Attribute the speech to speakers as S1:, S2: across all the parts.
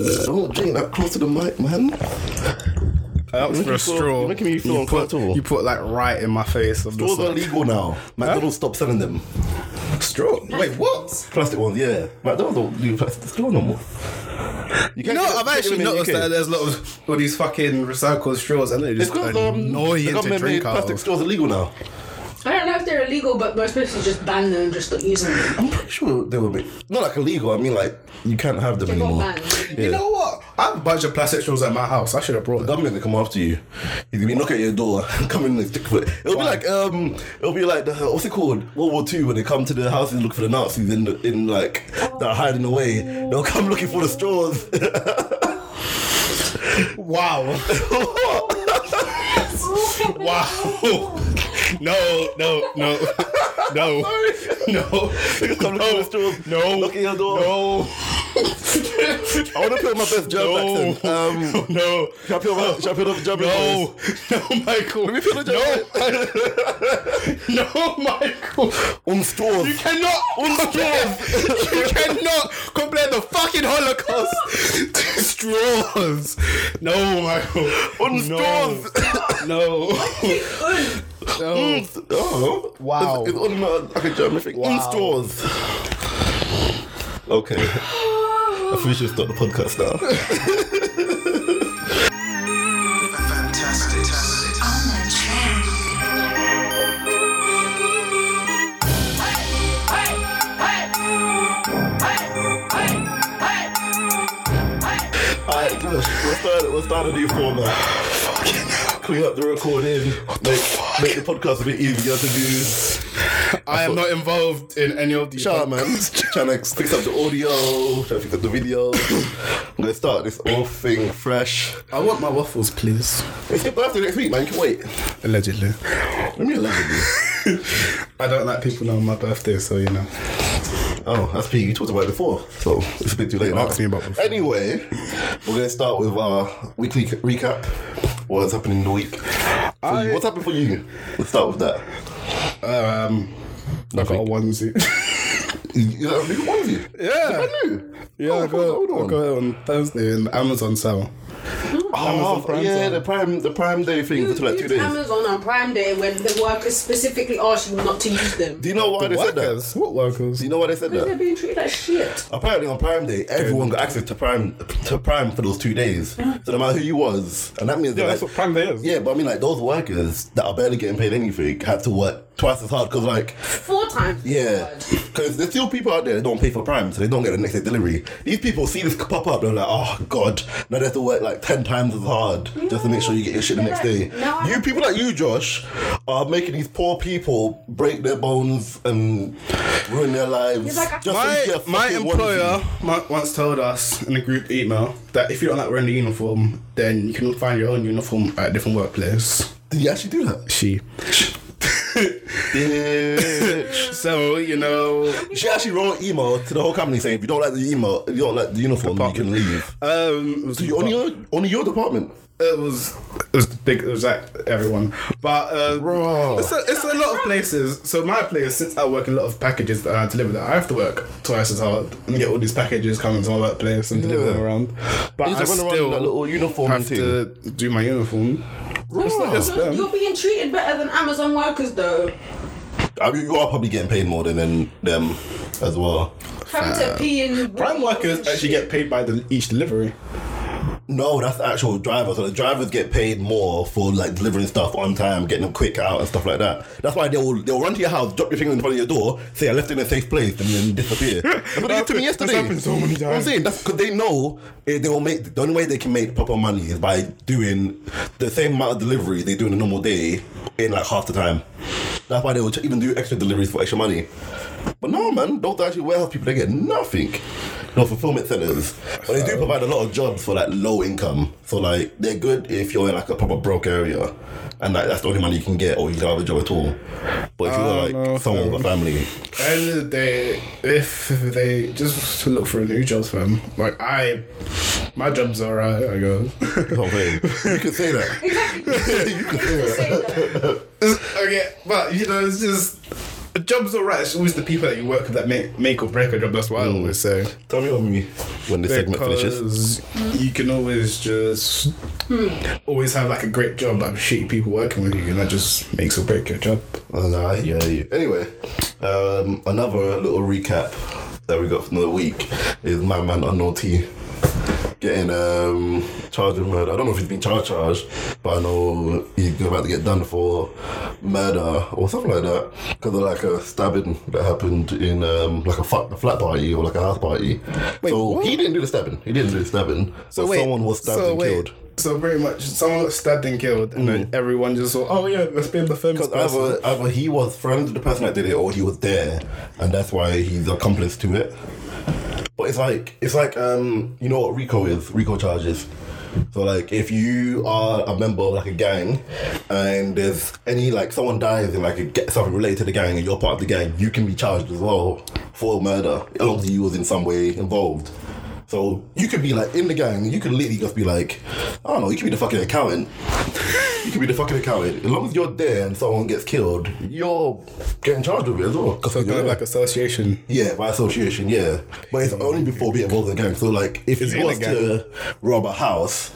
S1: I'm not drinking Uh, oh, that close to the mic, man.
S2: Up
S1: Making
S2: for
S1: me
S2: a
S1: feel-
S2: straw.
S1: making me feel
S2: you put,
S1: uncomfortable.
S2: you put like right in my face of the
S1: Straws are
S2: sort.
S1: illegal now. McDonald's stopped selling them. Straw? Wait, what? Plastic ones, yeah. McDonald's don't do plastic straw no more. You
S2: You
S1: can't
S2: know,
S1: get-
S2: I've
S1: get them
S2: actually
S1: in the
S2: noticed
S1: UK.
S2: that there's a lot of all these fucking recycled straws, and they're
S1: It's
S2: just
S1: because um, the
S2: annoying to
S1: government made
S2: drink out
S1: plastic
S2: of.
S1: straws illegal now.
S3: I don't know if they're illegal, but we're supposed to just ban them and just not use them.
S1: I'm pretty sure they were made. Not like illegal, I mean like you can't have them
S3: They got
S1: anymore.
S3: banned.
S1: Yeah.
S2: You know what? I have a bunch of plastic straws at my house. I should have brought
S1: The
S2: them.
S1: government they come after you. He's gonna be knocking at your door, come in and stick foot. It'll
S2: Why?
S1: be like um, it'll be like the what's it called World War Two when they come to the houses and look for the Nazis in the, in like they're hiding away. They'll come looking for the straws.
S2: Wow. wow. No, no, no, no, no,
S1: They come looking for the straws.
S2: no,
S1: knock at your door.
S2: no,
S1: I want to put on my best German
S2: No.
S1: accent. Um,
S2: no,
S1: shall I put on my shall I put on the German
S2: no,
S1: voice?
S2: no, Michael,
S1: Let me put on the German.
S2: no, Michael,
S1: Um, straws.
S2: you cannot, you cannot compare the fucking Holocaust to straws. No, Michael,
S1: On
S2: no, no, no.
S1: Oh,
S2: Wow.
S1: It's, it's on uh, like a German thing.
S2: Wow.
S1: In stores. Okay. I think we should start the podcast now.
S4: Fantastic.
S5: On the track.
S1: Alright, we'll start, we'll start a new format. Clean up the recording. Make, make the podcast a bit easier to do.
S2: I am not involved in any of these.
S1: Shout out, man. Trying to fix up the audio, trying to fix up the video. I'm going to start this whole thing fresh.
S2: I want my waffles, please.
S1: It's your birthday next week, man. You can wait.
S2: Allegedly.
S1: Let me allegedly.
S2: I don't like people knowing my birthday, so you know.
S1: Oh, that's P. You talked about it before, so it's a bit too late. now.
S2: asked me about it before.
S1: Anyway, we're gonna start with our weekly c- recap. What's happening in the week? For
S2: I-
S1: you, what's happened for you? Let's start with that.
S2: Um, I got a onesie.
S1: You got a new onesie?
S2: yeah.
S1: Brand new.
S2: Yeah,
S1: Oh,
S2: I
S1: I thought
S2: got,
S1: the
S2: I
S1: old
S2: got it on Thursday in Amazon sale.
S1: Oh,
S2: Prime
S1: yeah,
S2: sale.
S1: the prime, the prime day thing
S3: You
S1: was for like two
S3: use
S1: days.
S3: Amazon on Prime Day when the workers specifically asked you not to use them.
S1: Do you know why they said that?
S2: Workers. What workers?
S1: Do you know why they said
S3: They're
S1: that?
S3: being treated like shit.
S1: Apparently on Prime Day, everyone got access to Prime to Prime for those two days. So no matter who you was, and that means
S2: Yeah,
S1: that,
S2: that's
S1: like,
S2: what Prime Day is.
S1: Yeah, but I mean, like those workers that are barely getting paid anything had to work twice as hard because, like,
S3: Four times.
S1: yeah, because there's still people out there that don't pay for Prime, so they don't get the next day delivery. These people see this pop up, they're like, oh god, now they have to work like ten times as hard just to make sure you get your shit the next day.
S3: No, I-
S1: you people like you, Josh, are making these poor people break their bones and ruin their lives.
S3: He's like, I-
S1: just to
S2: My,
S1: get a
S2: my
S1: fucking
S2: employer
S1: onesie.
S2: mon- once told us in a group email that if you don't like wearing the uniform, then you can find your own uniform at a different workplace.
S1: Did you actually do that?
S2: She.
S1: Bitch.
S2: So, you know,
S1: She actually wrote an email to the whole company saying, if you don't like the email, if you don't like the uniform, you can leave.
S2: um, it was
S1: So you only your only your department.
S2: it was it was big it was like everyone but uh
S1: Bro.
S2: It's, a, it's a lot of places so my place since i work in a lot of packages that i deliver that i have to work twice as hard and get all these packages coming to my workplace and deliver them around but
S1: You
S2: i
S1: just run around in
S2: still
S1: that little uniform
S2: have
S1: thing.
S2: to do my uniform
S3: You're,
S2: just them.
S3: you're being treated better than Amazon workers though.
S1: I mean, you are probably getting paid more than than them as well.
S3: Having to pee in.
S2: prime workers actually get paid by the, each delivery
S1: No, that's the actual drivers. So the drivers get paid more for like delivering stuff on time, getting them quick out and stuff like that. That's why they'll they'll run to your house, drop your thing in front of your door, say I left it in a safe place, and then disappear. That's what they did to me
S2: That's
S1: yesterday.
S2: happened so many
S1: You know what I'm
S2: times.
S1: saying that's because they know eh, they will make the only way they can make proper money is by doing the same amount of deliveries they do in a normal day in like half the time. That's why they will even do extra deliveries for extra money. But no, man, those are actually warehouse people, they get nothing. No fulfillment centers. But they do provide a lot of jobs for like low income. So like they're good if you're in like a proper broke area and like that's the only money you can get or you don't have a job at all. But if you're like
S2: no,
S1: someone with a family,
S2: At the end of the day, if they just to look for a new job for them, like I, my job's alright. I go.
S1: okay, you can say that.
S3: Exactly. You can say that.
S2: okay, but you know, it's just a job's alright. It's always the people that you work with that make make or break a job. That's what I always say.
S1: Tell me on me when this Mm. segment finishes.
S2: Because You can always just always have like a great job, but shitty people working with you, and that just makes or break your job.
S1: Oh, no, I hear you. Anyway, um, another little recap that we got from the week is my man Unknown T getting um, charged with murder. I don't know if he's been charged, charged, but I know he's about to get done for murder or something like that because of like a stabbing that happened in um, like a, fa- a flat party or like a house party. so
S2: what?
S1: he didn't do the stabbing. He didn't do the stabbing. So someone was stabbed and killed. Mm.
S2: So pretty much, someone got stabbed and killed, and then everyone just thought, "Oh yeah, let's blame the famous
S1: Because
S2: person."
S1: either, either he was friends with the person that did it, or he was there, and that's why he's accomplice to it. But it's like it's like um, you know what RICO is? RICO charges. So like, if you are a member of like a gang, and there's any like someone dies and like it gets something related to the gang, and you're part of the gang, you can be charged as well for murder, as long as you was in some way involved. So you could be like in the gang, you could literally just be like, I don't know, you could be the fucking accountant. You could be the fucking accountant. As long as you're there and someone gets killed, you're getting charged with it as well.
S2: So kind of like association.
S1: Yeah, by association, yeah. But it's only before being involved in a gang. So like if
S2: It's
S1: you
S2: in
S1: was
S2: a gang.
S1: to rob a house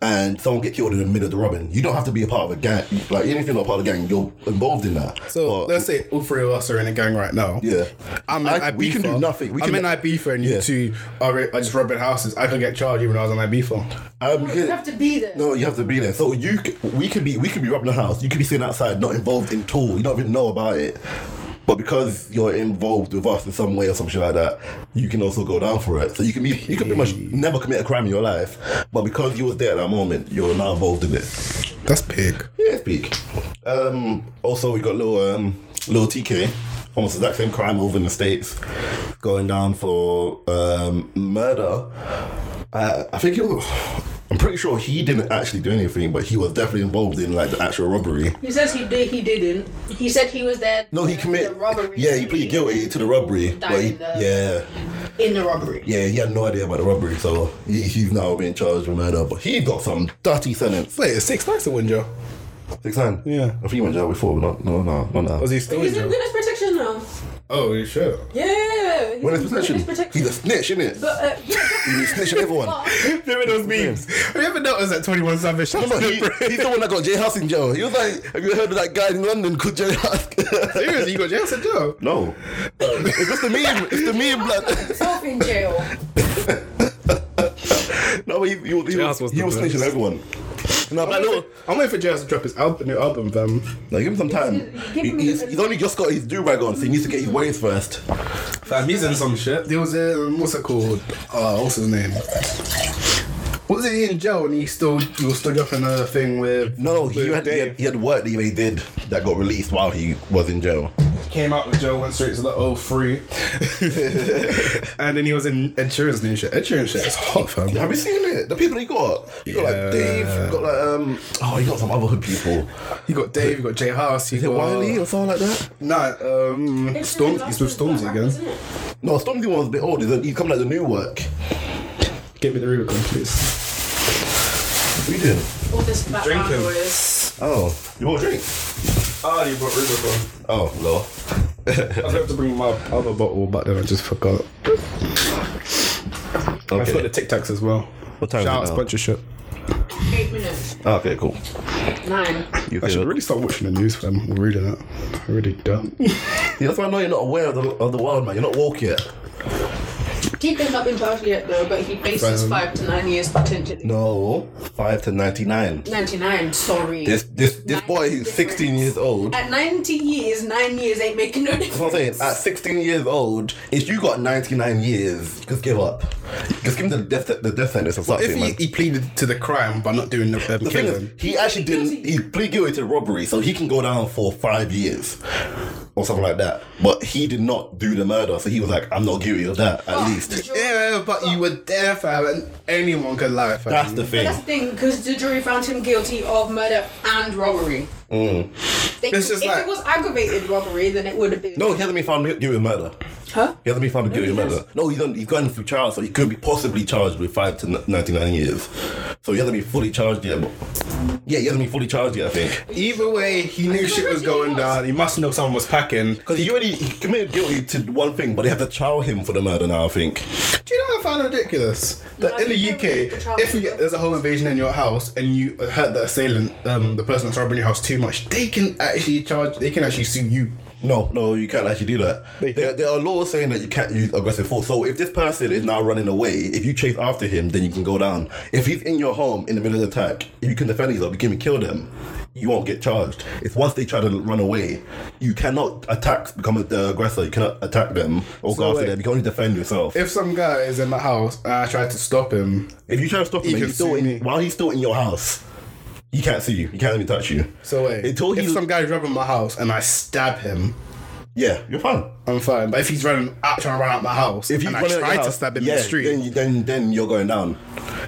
S1: and someone get killed in the middle of the robbing, you don't have to be a part of a gang. Like even if you're not part of the gang, you're involved in that.
S2: So
S1: But-
S2: let's say all three of us are in a gang right now.
S1: Yeah.
S2: I'm in
S1: I-
S2: Ibiza.
S1: we can do nothing. We
S2: I'm
S1: can-
S2: in Ibiza, and you
S1: Yeah.
S2: two are, are just robbing houses. I could get charged even though I was on Ibiza.
S1: Um,
S3: You have to be there.
S1: No, you have to be there. So you, c- we could be, we could be robbing the house. You could be sitting outside, not involved in all. You don't even know about it. But because you're involved with us in some way or some shit like that, you can also go down for it. So you can be, you can pretty much never commit a crime in your life. But because you was there at that moment, you're now involved in it.
S2: That's pig.
S1: Yeah, it's peak. Um, also, we got little um, little TK, almost the exact same crime over in the states, going down for um, murder. Uh, I think it was. I'm pretty sure he didn't actually do anything, but he was definitely involved in like the actual robbery.
S3: He says he did. He didn't. He said he was there.
S1: No, he
S3: for
S1: committed.
S3: the robbery.
S1: Yeah, he pleaded guilty to the robbery.
S3: Died
S1: But he,
S3: in the-
S1: yeah,
S3: in the robbery.
S1: yeah, he had no idea about the robbery, so he, he's now being charged with murder. But he got some dirty sentence.
S2: Wait, it's six nights to win, Joe.
S1: Six nine.
S2: Yeah.
S1: I think he went to jail before. But no, no, no, no.
S2: Was he still in
S4: He's in
S2: jail?
S4: witness protection now.
S2: Oh, you sure?
S4: Yeah. he's
S1: When it's
S4: in
S1: protection,
S4: witness protection.
S1: he's a snitch, isn't it?
S4: But, uh, yeah,
S1: He's snitching everyone.
S2: Remember those memes? Have you ever noticed that 21 Savage?
S1: No, he, he's the one that got Jay House in jail. He was like, "Have you heard of that guy in London called Jay House?"
S2: Seriously, you got jail said Joe.
S1: no, it's just the meme. It's the meme, blood.
S4: himself in jail.
S1: No, but he, he, was- he
S2: Jay
S1: was,
S2: House was
S1: he
S2: the
S1: was
S2: best.
S1: snitching everyone. No, but
S2: I'm
S1: no,
S2: waiting- I'm waiting for Jazz to drop his album, new album, fam.
S1: no, give him some time.
S4: Give him
S1: He- he's,
S4: a-
S1: he's only just got his do rag on, so he needs to get his ways first.
S2: Fam, he's in some shit. There was a um, what's it called? Uh, what's his name? Was he in jail and he still he was still dropping a thing with?
S1: No, he
S2: with
S1: had, he had
S2: Dave.
S1: he had work that he did that got released while he was in jail.
S2: came out with Joe, went straight to the 03. and then he was in Ed Sheeran's new shit. Ed Sheeran's shit is hot, fam.
S1: Have you seen it? The people he got, he got like Dave, he got like um, oh, he got some other hood people.
S2: You got Dave, you got Jay House, you got
S1: Wiley or something like that.
S2: Nah, um, Storm. He's with Stormzy again.
S1: No, Stormzy one was a bit old. He's- He come like the new work.
S2: Get me the Rubicon, please.
S1: We did.
S3: All this background
S2: Drinking.
S3: noise.
S1: Oh, you want a drink?
S2: Ah, you brought Rubicon.
S1: Oh, no.
S2: I was going to bring my other bottle, but then I just forgot. I've got the Tic Tacs as well.
S1: What time is
S2: Shout
S1: it
S2: out
S1: now?
S2: sponsorship.
S3: Eight minutes.
S1: Oh, okay, cool.
S3: Nine.
S1: You
S2: I should
S1: feel-
S2: really start watching the news, fam. I'm reading it. I'm really dumb.
S1: See, that's why I know you're not aware of the, of the world, man. You're not woke yet.
S3: TK's not been charged yet though, but he faces
S2: Right.
S3: five to nine years potentially.
S1: No, five to ninety-nine.
S3: Ninety-nine. Sorry.
S1: This this this
S3: Nine
S1: boy who's
S3: difference.
S1: sixteen years old.
S3: At ninety years, nine years ain't making no
S1: That's what I'm saying.
S3: difference.
S1: At 16 years old, if you got 99 years, just give up. Just give him the death the death sentence or something,
S2: if he,
S1: man.
S2: he pleaded to the crime by not doing the, the,
S1: The thing is,
S2: killing,
S1: he actually didn't. He pleaded guilty to robbery, so he can go down for five years or something like that. But he did not do the murder, so he was like, "I'm not guilty of that." At least
S2: yeah, but you were there, fam, and anyone could lie, fam.
S1: that's the
S3: But
S1: thing.
S3: that's the thing, because the jury found him guilty of murder and robbery. They-
S1: Mm.
S2: It's just
S3: if
S2: like-
S3: it was aggravated robbery, then it would have been.
S1: No, he hasn't been found guilty of murder.
S3: Huh?
S1: He hasn't been found guilty of murder. No, he's, on, he's gone through trial, so he could be possibly charged with five to n- 99 years. So he hasn't been fully charged yet. But yeah, he hasn't been fully charged yet, I think.
S2: Either way, he knew shit was going down. He must know someone was packing.
S1: Because he already he committed guilty to one thing, but they have to trial him for the murder now, I think.
S2: Do you know what I found ridiculous? That
S4: No,
S2: in the
S4: you can't really
S2: UK,
S4: control
S2: if you
S4: people.
S2: get, there's a home invasion in your house and you hurt the assailant, um, the person that's robbing your house too much, they can actually charge. They can actually sue you.
S1: No, no, you can't actually do that.
S2: They-
S1: There, there are laws saying that you can't use aggressive force. So if this person is now running away, if you chase after him, then you can go down. If he's in your home in the middle of the attack, if you can defend yourself, you can kill them. You won't get charged. It's once they try to run away, you cannot attack, become the aggressor. You cannot attack them or
S2: So
S1: go after
S2: wait.
S1: them. You can only defend yourself. If,
S2: If some guy is in my house and I try to stop him,
S1: you try to stop
S2: He
S1: him,
S2: can
S1: he's still
S2: sue
S1: in,
S2: me.
S1: while he's still in your house, he can't see you. He can't even touch you.
S2: so wait.
S1: until he,
S2: if some guy's robbing my house and I stab him,
S1: yeah, you're fine.
S2: I'm fine. But if he's running out trying to run out my house
S1: If you
S2: and I
S1: run out
S2: try
S1: your
S2: to
S1: house,
S2: stab him
S1: yeah,
S2: in the street,
S1: then you, then then you're going down.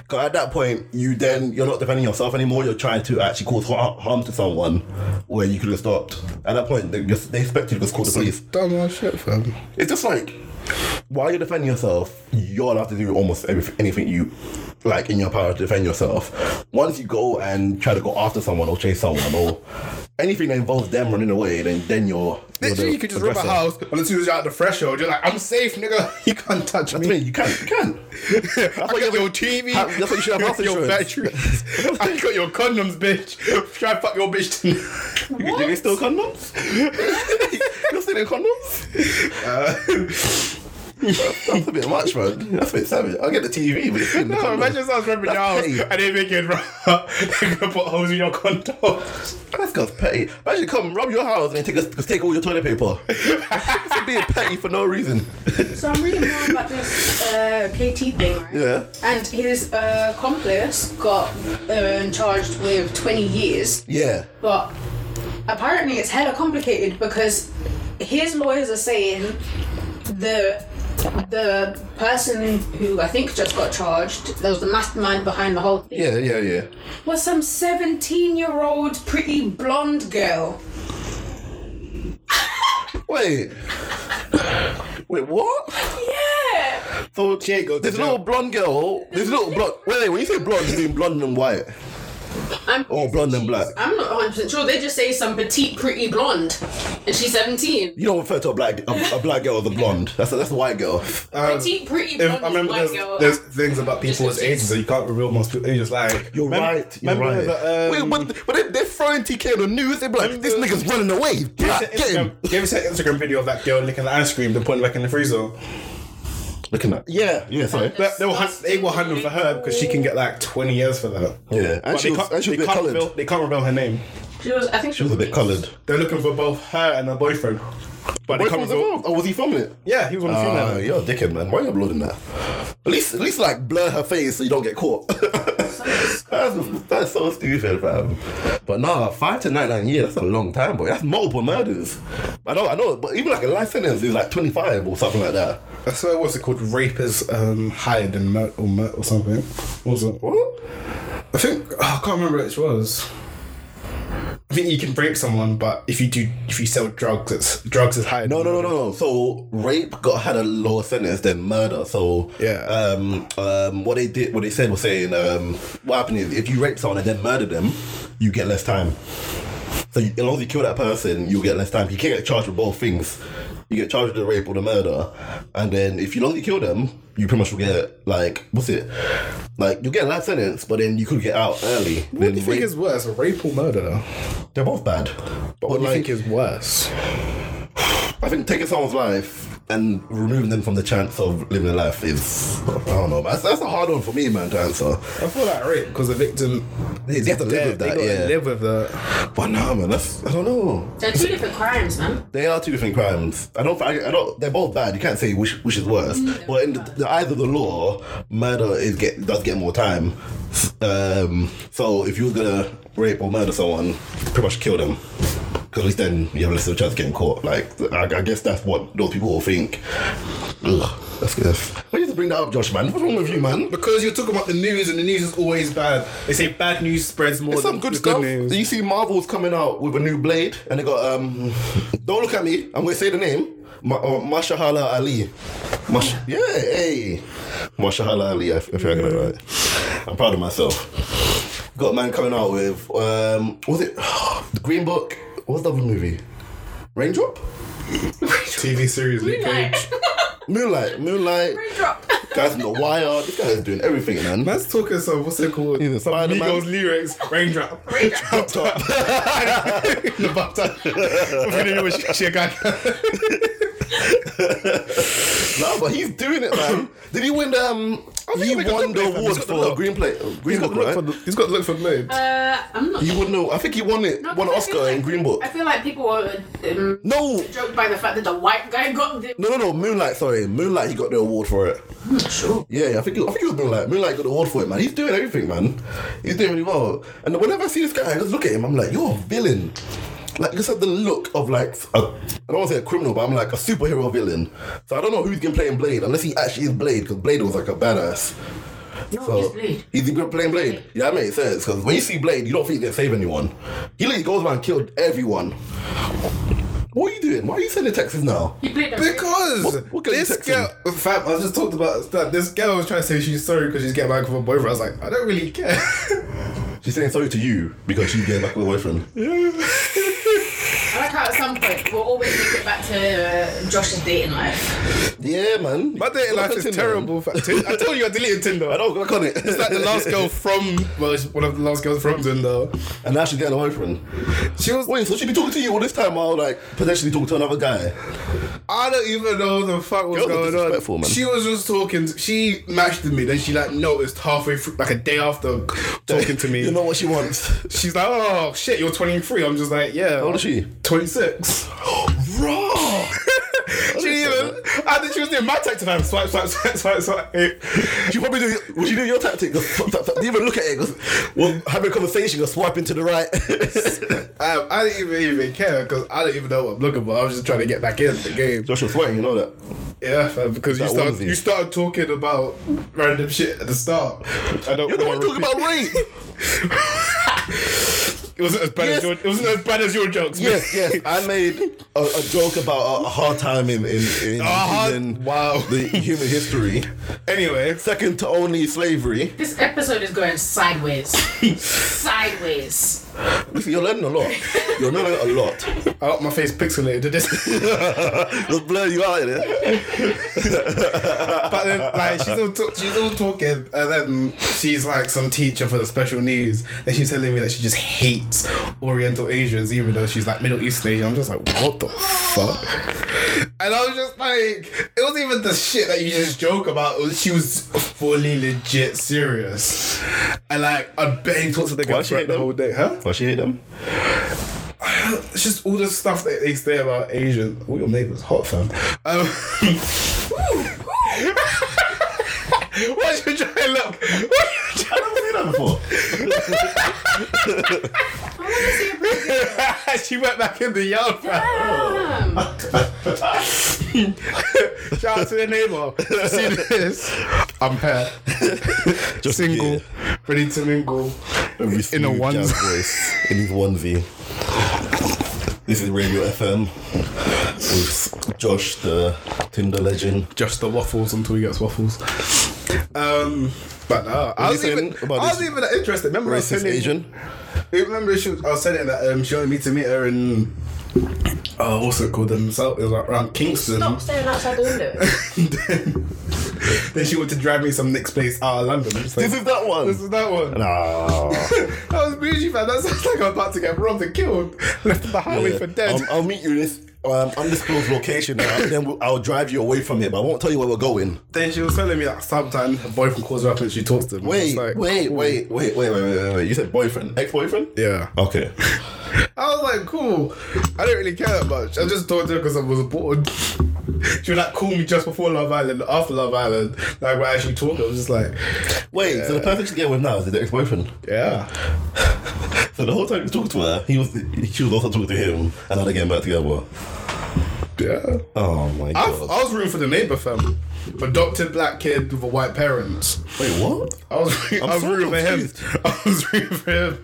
S1: Because at that point, you then you're not defending yourself anymore. You're trying to actually cause har- harm to someone where you could have stopped. At that point, they, just, they expect you to just call the police.
S2: dumb ass shit, fam.
S1: It's just like while you're defending yourself, you're allowed to do almost everything, anything you like in your power to defend yourself. Once you go and try to go after someone or chase someone or anything that involves them running away, then then you're, you're
S2: Literally,
S1: the
S2: you could just rob a
S1: aggressor.
S2: house, and as soon as you're at the threshold, you're like, "I'm safe, nigga. You can't touch
S1: That's
S2: me."
S1: what I mean, you can't, you can't.
S2: I
S1: why
S2: got
S1: you
S2: your TV.
S1: Ha- that's why you should have
S2: I
S1: health
S2: got your
S1: insurance.
S2: batteries. I got your condoms, bitch. Try and fuck your bitch tonight.
S1: You Do they steal condoms? You're stealing condoms? Uh, That's a bit much, man. That's a bit savage. I'll get the TV, but it's stealing the
S2: No,
S1: condoms.
S2: imagine someone's rubbing your house
S1: petty.
S2: and they make it rough. They're gonna put holes in your condoms.
S1: That's guy's petty. Imagine come rob your house and take us take all your toilet paper. it's being petty for no reason.
S3: So I'm reading more about this uh, KT thing, right?
S1: Yeah.
S3: And his uh, accomplice got um, charged with 20 years,
S1: Yeah.
S3: but apparently it's hella complicated because his lawyers are saying the the person who I think just got charged, that was the mastermind behind the whole thing,
S1: Yeah, yeah, yeah.
S3: was some 17 year old pretty blonde girl.
S1: Wait. Wait, what?
S3: Yeah!
S1: So
S2: She ain't go to
S1: This
S2: jail.
S1: little blonde girl. This little blonde. Wait, wait. When you say blonde, you mean blonde and white,
S3: I'm,
S1: or blonde and black?
S3: I'm not 100% sure. They just say some petite, pretty blonde, and she's 17.
S1: You don't refer to a black a, a black girl as a blonde. That's a, that's a white girl.
S2: Uh, Um,
S3: petite, pretty
S2: If-
S3: blonde
S2: I remember
S3: white
S2: there's,
S3: girl.
S2: there's things about people's
S3: Just-
S2: ages that you can't reveal most people. You're just like,
S1: You're
S2: remember-
S1: right. You're
S2: remember
S1: right.
S2: the, um,
S1: Wait, but, but they, they're throwing TK on the news. They're like, this
S2: Remember-
S1: nigga's running away.
S2: Give
S1: Black,
S2: us
S1: get
S2: an
S1: him.
S2: Instagram, give us an Instagram video of that girl licking the ice cream, then putting it back in the freezer.
S1: Looking at. Yeah, yeah, sorry.
S2: They, they, were, hun- they were hunting for her because she can get like 20 years for that.
S1: Yeah, and
S2: But
S1: she was-
S2: they can't-
S1: and she was
S2: they
S1: a bit
S2: can't
S1: coloured.
S2: reveal- They can't reveal her name.
S3: She was, I think she,
S1: She was a bit coloured.
S2: They're looking for both her and her boyfriend. But they
S1: Boyfriend
S2: can't
S1: was
S2: reveal.
S1: involved. Oh, was he filming it?
S2: Yeah, he was on the film.
S1: Uh, you're a dickhead, man. Why are you uploading that? At least, at least, like blur her face so you don't get caught. that's, that's so stupid, fam. But nah, five to nine, nine years—that's a long time, boy. That's multiple murders. I know, I know. But even like a life sentence is like twenty-five or something like that.
S2: I swear, what's it called? Rape is um, higher than murder or, mur- or something. What was it?
S1: What?
S2: I think oh, I can't remember which was. I think you can rape someone, but if you do, if you sell drugs, it's drugs is higher.
S1: No, no, no, no, no. So rape got had a lower sentence than murder. So
S2: Yeah.
S1: um, um, what they did, what they said was saying, um, what happened is if you rape someone and then murder them, you get less time. So you, as long as you kill that person, you get less time. You can't get charged with both things. You get charged with the rape or the murder, and then if you long as you kill them, you pretty much will get like what's it? Like you get a life sentence, but then you could get out early.
S2: What do you think is worse, rape or murder? Though.
S1: they're both bad. But,
S2: What do you
S1: like-
S2: think is worse?
S1: I think taking someone's life and removing them from the chance of living a life is, I don't know, man. That's, that's a hard one for me, man, to answer.
S2: I feel like rape because the victim
S1: They, they have to live with
S2: they
S1: that,
S2: gotta
S1: yeah.
S2: live with that.
S1: But no, man, that's, I don't know.
S3: they're two different crimes, man.
S1: They are two different crimes. I don't, I, I don't, they're both bad. You can't say which, which is worse. But in the, the eyes of the law, murder is get, does get more time. Um, so if you were gonna rape or murder someone, pretty much kill them. Because at least then you have less of a chance of getting caught. Like, I, I guess that's what those people will think. Ugh, that's good. Why you have to bring that up, Josh, man? What's wrong with you, man?
S2: Because you're talking about the news, and the news is always bad. They say bad news spreads more
S1: There's
S2: than
S1: some good
S2: the
S1: stuff.
S2: news.
S1: you see Marvel's coming out with a new Blade, and they got um. Don't look at me. I'm gonna say the name. Ma- uh, Mashallah Ali. Mash- yeah, hey. Mashallah Ali, I think I got it right. I'm proud of myself. Got a man coming out with, um, was it The Green Book? What's the other movie? Raindrop?
S2: TV series Luke Cage.
S1: Moonlight. Moonlight.
S4: Drop.
S1: Guys from The Wire. This guy is doing everything, man.
S2: Man's talking some what's it called?
S1: He's a
S2: Some
S1: Spider-Man.
S2: Migos lyrics. Raindrop.
S1: Drop top.
S2: The bathtub. I'm gonna know what she- she got.
S1: No, but he's doing it, man. Did he win? Um,
S2: think
S1: he
S2: he got
S1: won
S2: the
S1: the
S2: Green Plate,
S1: award
S2: he's got the
S1: for
S2: look.
S1: Green Plate, uh, Green Book,
S2: Look for
S1: right?
S2: the- He's got to look for blades.
S3: Uh, I'm not.
S1: He won. No, I think he won it.
S3: No,
S1: won an
S3: I feel
S1: Oscar
S3: like-
S1: in Green Book.
S3: I feel like people were um,
S1: No,
S3: joked by the fact that the white guy got the.
S1: no, no, no. Moonlight. Sorry, Moonlight. He got the award for it.
S3: Sure.
S1: Yeah, yeah, I think it, I think it was Moonlight. Moonlight got the award for it, man. He's doing everything, man. He's doing really well. And whenever I see this guy, I just look at him. I'm like, you're a villain. Like you just have the look of like a, I don't want to say a criminal, but I'm like a superhero villain. So I don't know who's been playing Blade unless he actually is Blade because Blade was like a badass.
S3: No,
S1: So
S3: he's Blade.
S1: he's been playing Blade. Yeah, that makes sense because when you see Blade, you don't think he can save anyone. He literally goes around and killed everyone. What are you doing? Why are you sending texts now?
S3: He played a
S2: Because
S1: What- what kind of
S2: this
S1: text
S2: girl, fam, I just talked about that. This girl was trying to say she's sorry because she's getting back with her boyfriend. I was like, I don't really care.
S1: She's saying sorry to you because she's getting back with her boyfriend.
S3: I like how at some point we'll always link it back to uh, Josh's dating life.
S1: Yeah, man.
S2: My dating life is
S1: Tinder,
S2: terrible. fam. Tin- I told you I deleted Tinder.
S1: I don't click on it.
S2: It's like the last girl from, well, she's one of the last girls from Tinder.
S1: and now she's getting a boyfriend.
S2: She was.
S1: Wait, so she be talking to you all this time while like potentially talking to another guy?
S2: I don't even know what the fuck was
S1: Girls are
S2: going
S1: disrespectful,
S2: on.
S1: man.
S2: She was just talking. She matched with me. Then she like noticed halfway through, like a day after talking to me.
S1: You know what she wants?
S2: She's like, oh shit, you're 23. I'm just like, yeah.
S1: How old is she?
S2: 26.
S1: Raw.
S2: she didn't even. I think she was doing my tactic. time. Swipe, swipe, swipe, swipe, swipe.
S1: She probably do. Well, she do your tactic. Just tap, tap, tap. Even look at it. Just, well, having a conversation, just swiping to the right.
S2: I, Um, I didn't even, even care because I didn't even know what I'm looking for. I was just trying to get back in the game.
S1: Josh was sweating. You know that.
S2: Yeah, fam, because you
S1: That
S2: start
S1: onesie.
S2: you started talking about random shit at the start. I don't.
S1: You're the one
S2: wanna
S1: talking about rape.
S2: It wasn't as bad
S1: Yes.
S2: as your. It wasn't as bad as your jokes.
S1: yes, yes. I made a, a joke about a hard time in in, in,
S2: hard-
S1: in
S2: wow.
S1: the human history,
S2: Anyway,
S1: second to only slavery.
S3: This episode is going sideways. sideways.
S1: Listen, you're learning a lot. You're learning a lot.
S2: I got my face pixelated to this.
S1: Just blur you out there.
S2: but then, like, she's all, talk- she's all talking, and then she's like some teacher for the special needs, and she's telling me that she just hates Oriental Asians, even though she's like Middle East Asian. I'm just like, what the fuck? And I was just like, it wasn't even the shit that you just joke about. it was- She was fully legit serious, and like, I barely talked to the
S1: Why
S2: guy
S1: she hate
S2: throughout the
S1: them?
S2: whole day, huh?
S1: Well, she hate them.
S2: It's just all the stuff that they say about Asians. All your neighbors hot, fam. Um, Why should you try and look? Why should you try
S1: I've done before.
S2: she went back in the yard, fam. Shout out to the neighbor. See this? I'm here. Single, ready to mingle.
S1: in
S2: a onesie.
S1: voice. In his onesie. This is Radio FM with Josh, the Tinder legend.
S2: Just the waffles until he gets waffles. Um, but no, I was,
S1: saying
S2: even,
S1: about
S2: I was
S1: this
S2: even interested. Remember, I was
S1: Racist
S2: telling-
S1: Asian.
S2: I remember she was, I was saying that um, she wanted me to meet her in uh, what's it called? Um, South, it was like around Kingston.
S3: Stop staring outside the window.
S2: then, then she wanted to drive me some next place out of London. I'm just like,
S1: This is that one.
S2: this is that one.
S1: Nah.
S2: That was bougie, man. That sounds like I'm about to get robbed and killed. Left on the highway for dead.
S1: Um, I'll meet you in this um, undisclosed location and then we'll, I'll drive you away from here, but I won't tell you where we're going.
S2: then she was telling me that sometimes her boyfriend calls her up and she talks to him. I was
S1: Wait,
S2: like,
S1: wait, wait, wait, wait, wait, wait, wait, wait. You said boyfriend, ex boyfriend?
S2: Yeah.
S1: Okay.
S2: I was like, cool. I don't really care that much. I just talked to her because I was bored. She would like call me just before Love Island, after Love Island. Like we're actually talking. I was just like,
S1: Wait, so the person she's getting with now is the ex boyfriend.
S2: yeah.
S1: So the whole time you talking to her, he was she was also talking to him, and now they're getting back together.
S2: Yeah.
S1: Oh my
S2: I,
S1: god!
S2: I was rooting for the neighbor fam. Adopted black kid with a white parents.
S1: Wait, what?
S2: I was, rooting- I
S1: I'm
S2: was
S1: so confused.
S2: rooting for him. I was rooting for him.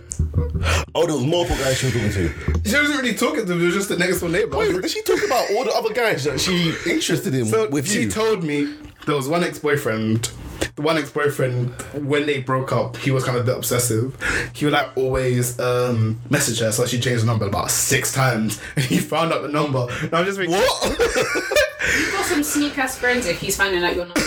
S1: Oh, there was multiple guys she was talking to.
S2: She wasn't really talking to him. It was just the next door neighbor.
S1: Wait, she talked about all the other guys that she interested in
S2: So
S1: with
S2: she
S1: you.
S2: told me there was one ex-boyfriend. The one ex-boyfriend, when they broke up, he was kind of a bit obsessive. He would like always um, message her, so she changed the number about six times, and he found out the number. And I'm just like,
S1: what?
S4: You've got some sneak ass friends if he's finding out you're not.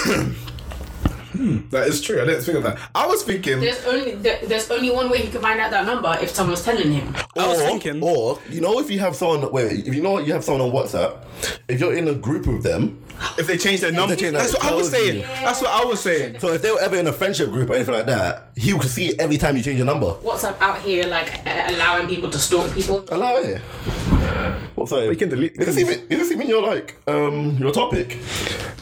S2: That is true. I didn't think of that. I was thinking.
S4: There's only there, there's only one way he can find out that number if someone's telling him.
S2: I was
S1: or,
S2: thinking-
S1: or you know, if you have someone, wait, if you know you have someone on WhatsApp, if you're in a group with them,
S2: if they change their number.
S1: change
S2: that's
S1: that,
S2: what I was
S1: tells
S2: saying.
S1: you.
S2: That's what I was saying.
S1: so if they were ever in a friendship group or anything like that, he could see it every time you change your number.
S4: WhatsApp out here like uh, allowing people to stalk people.
S1: Allow it. What's that? We
S2: can delete-
S1: Is this even, is this even your like um your topic?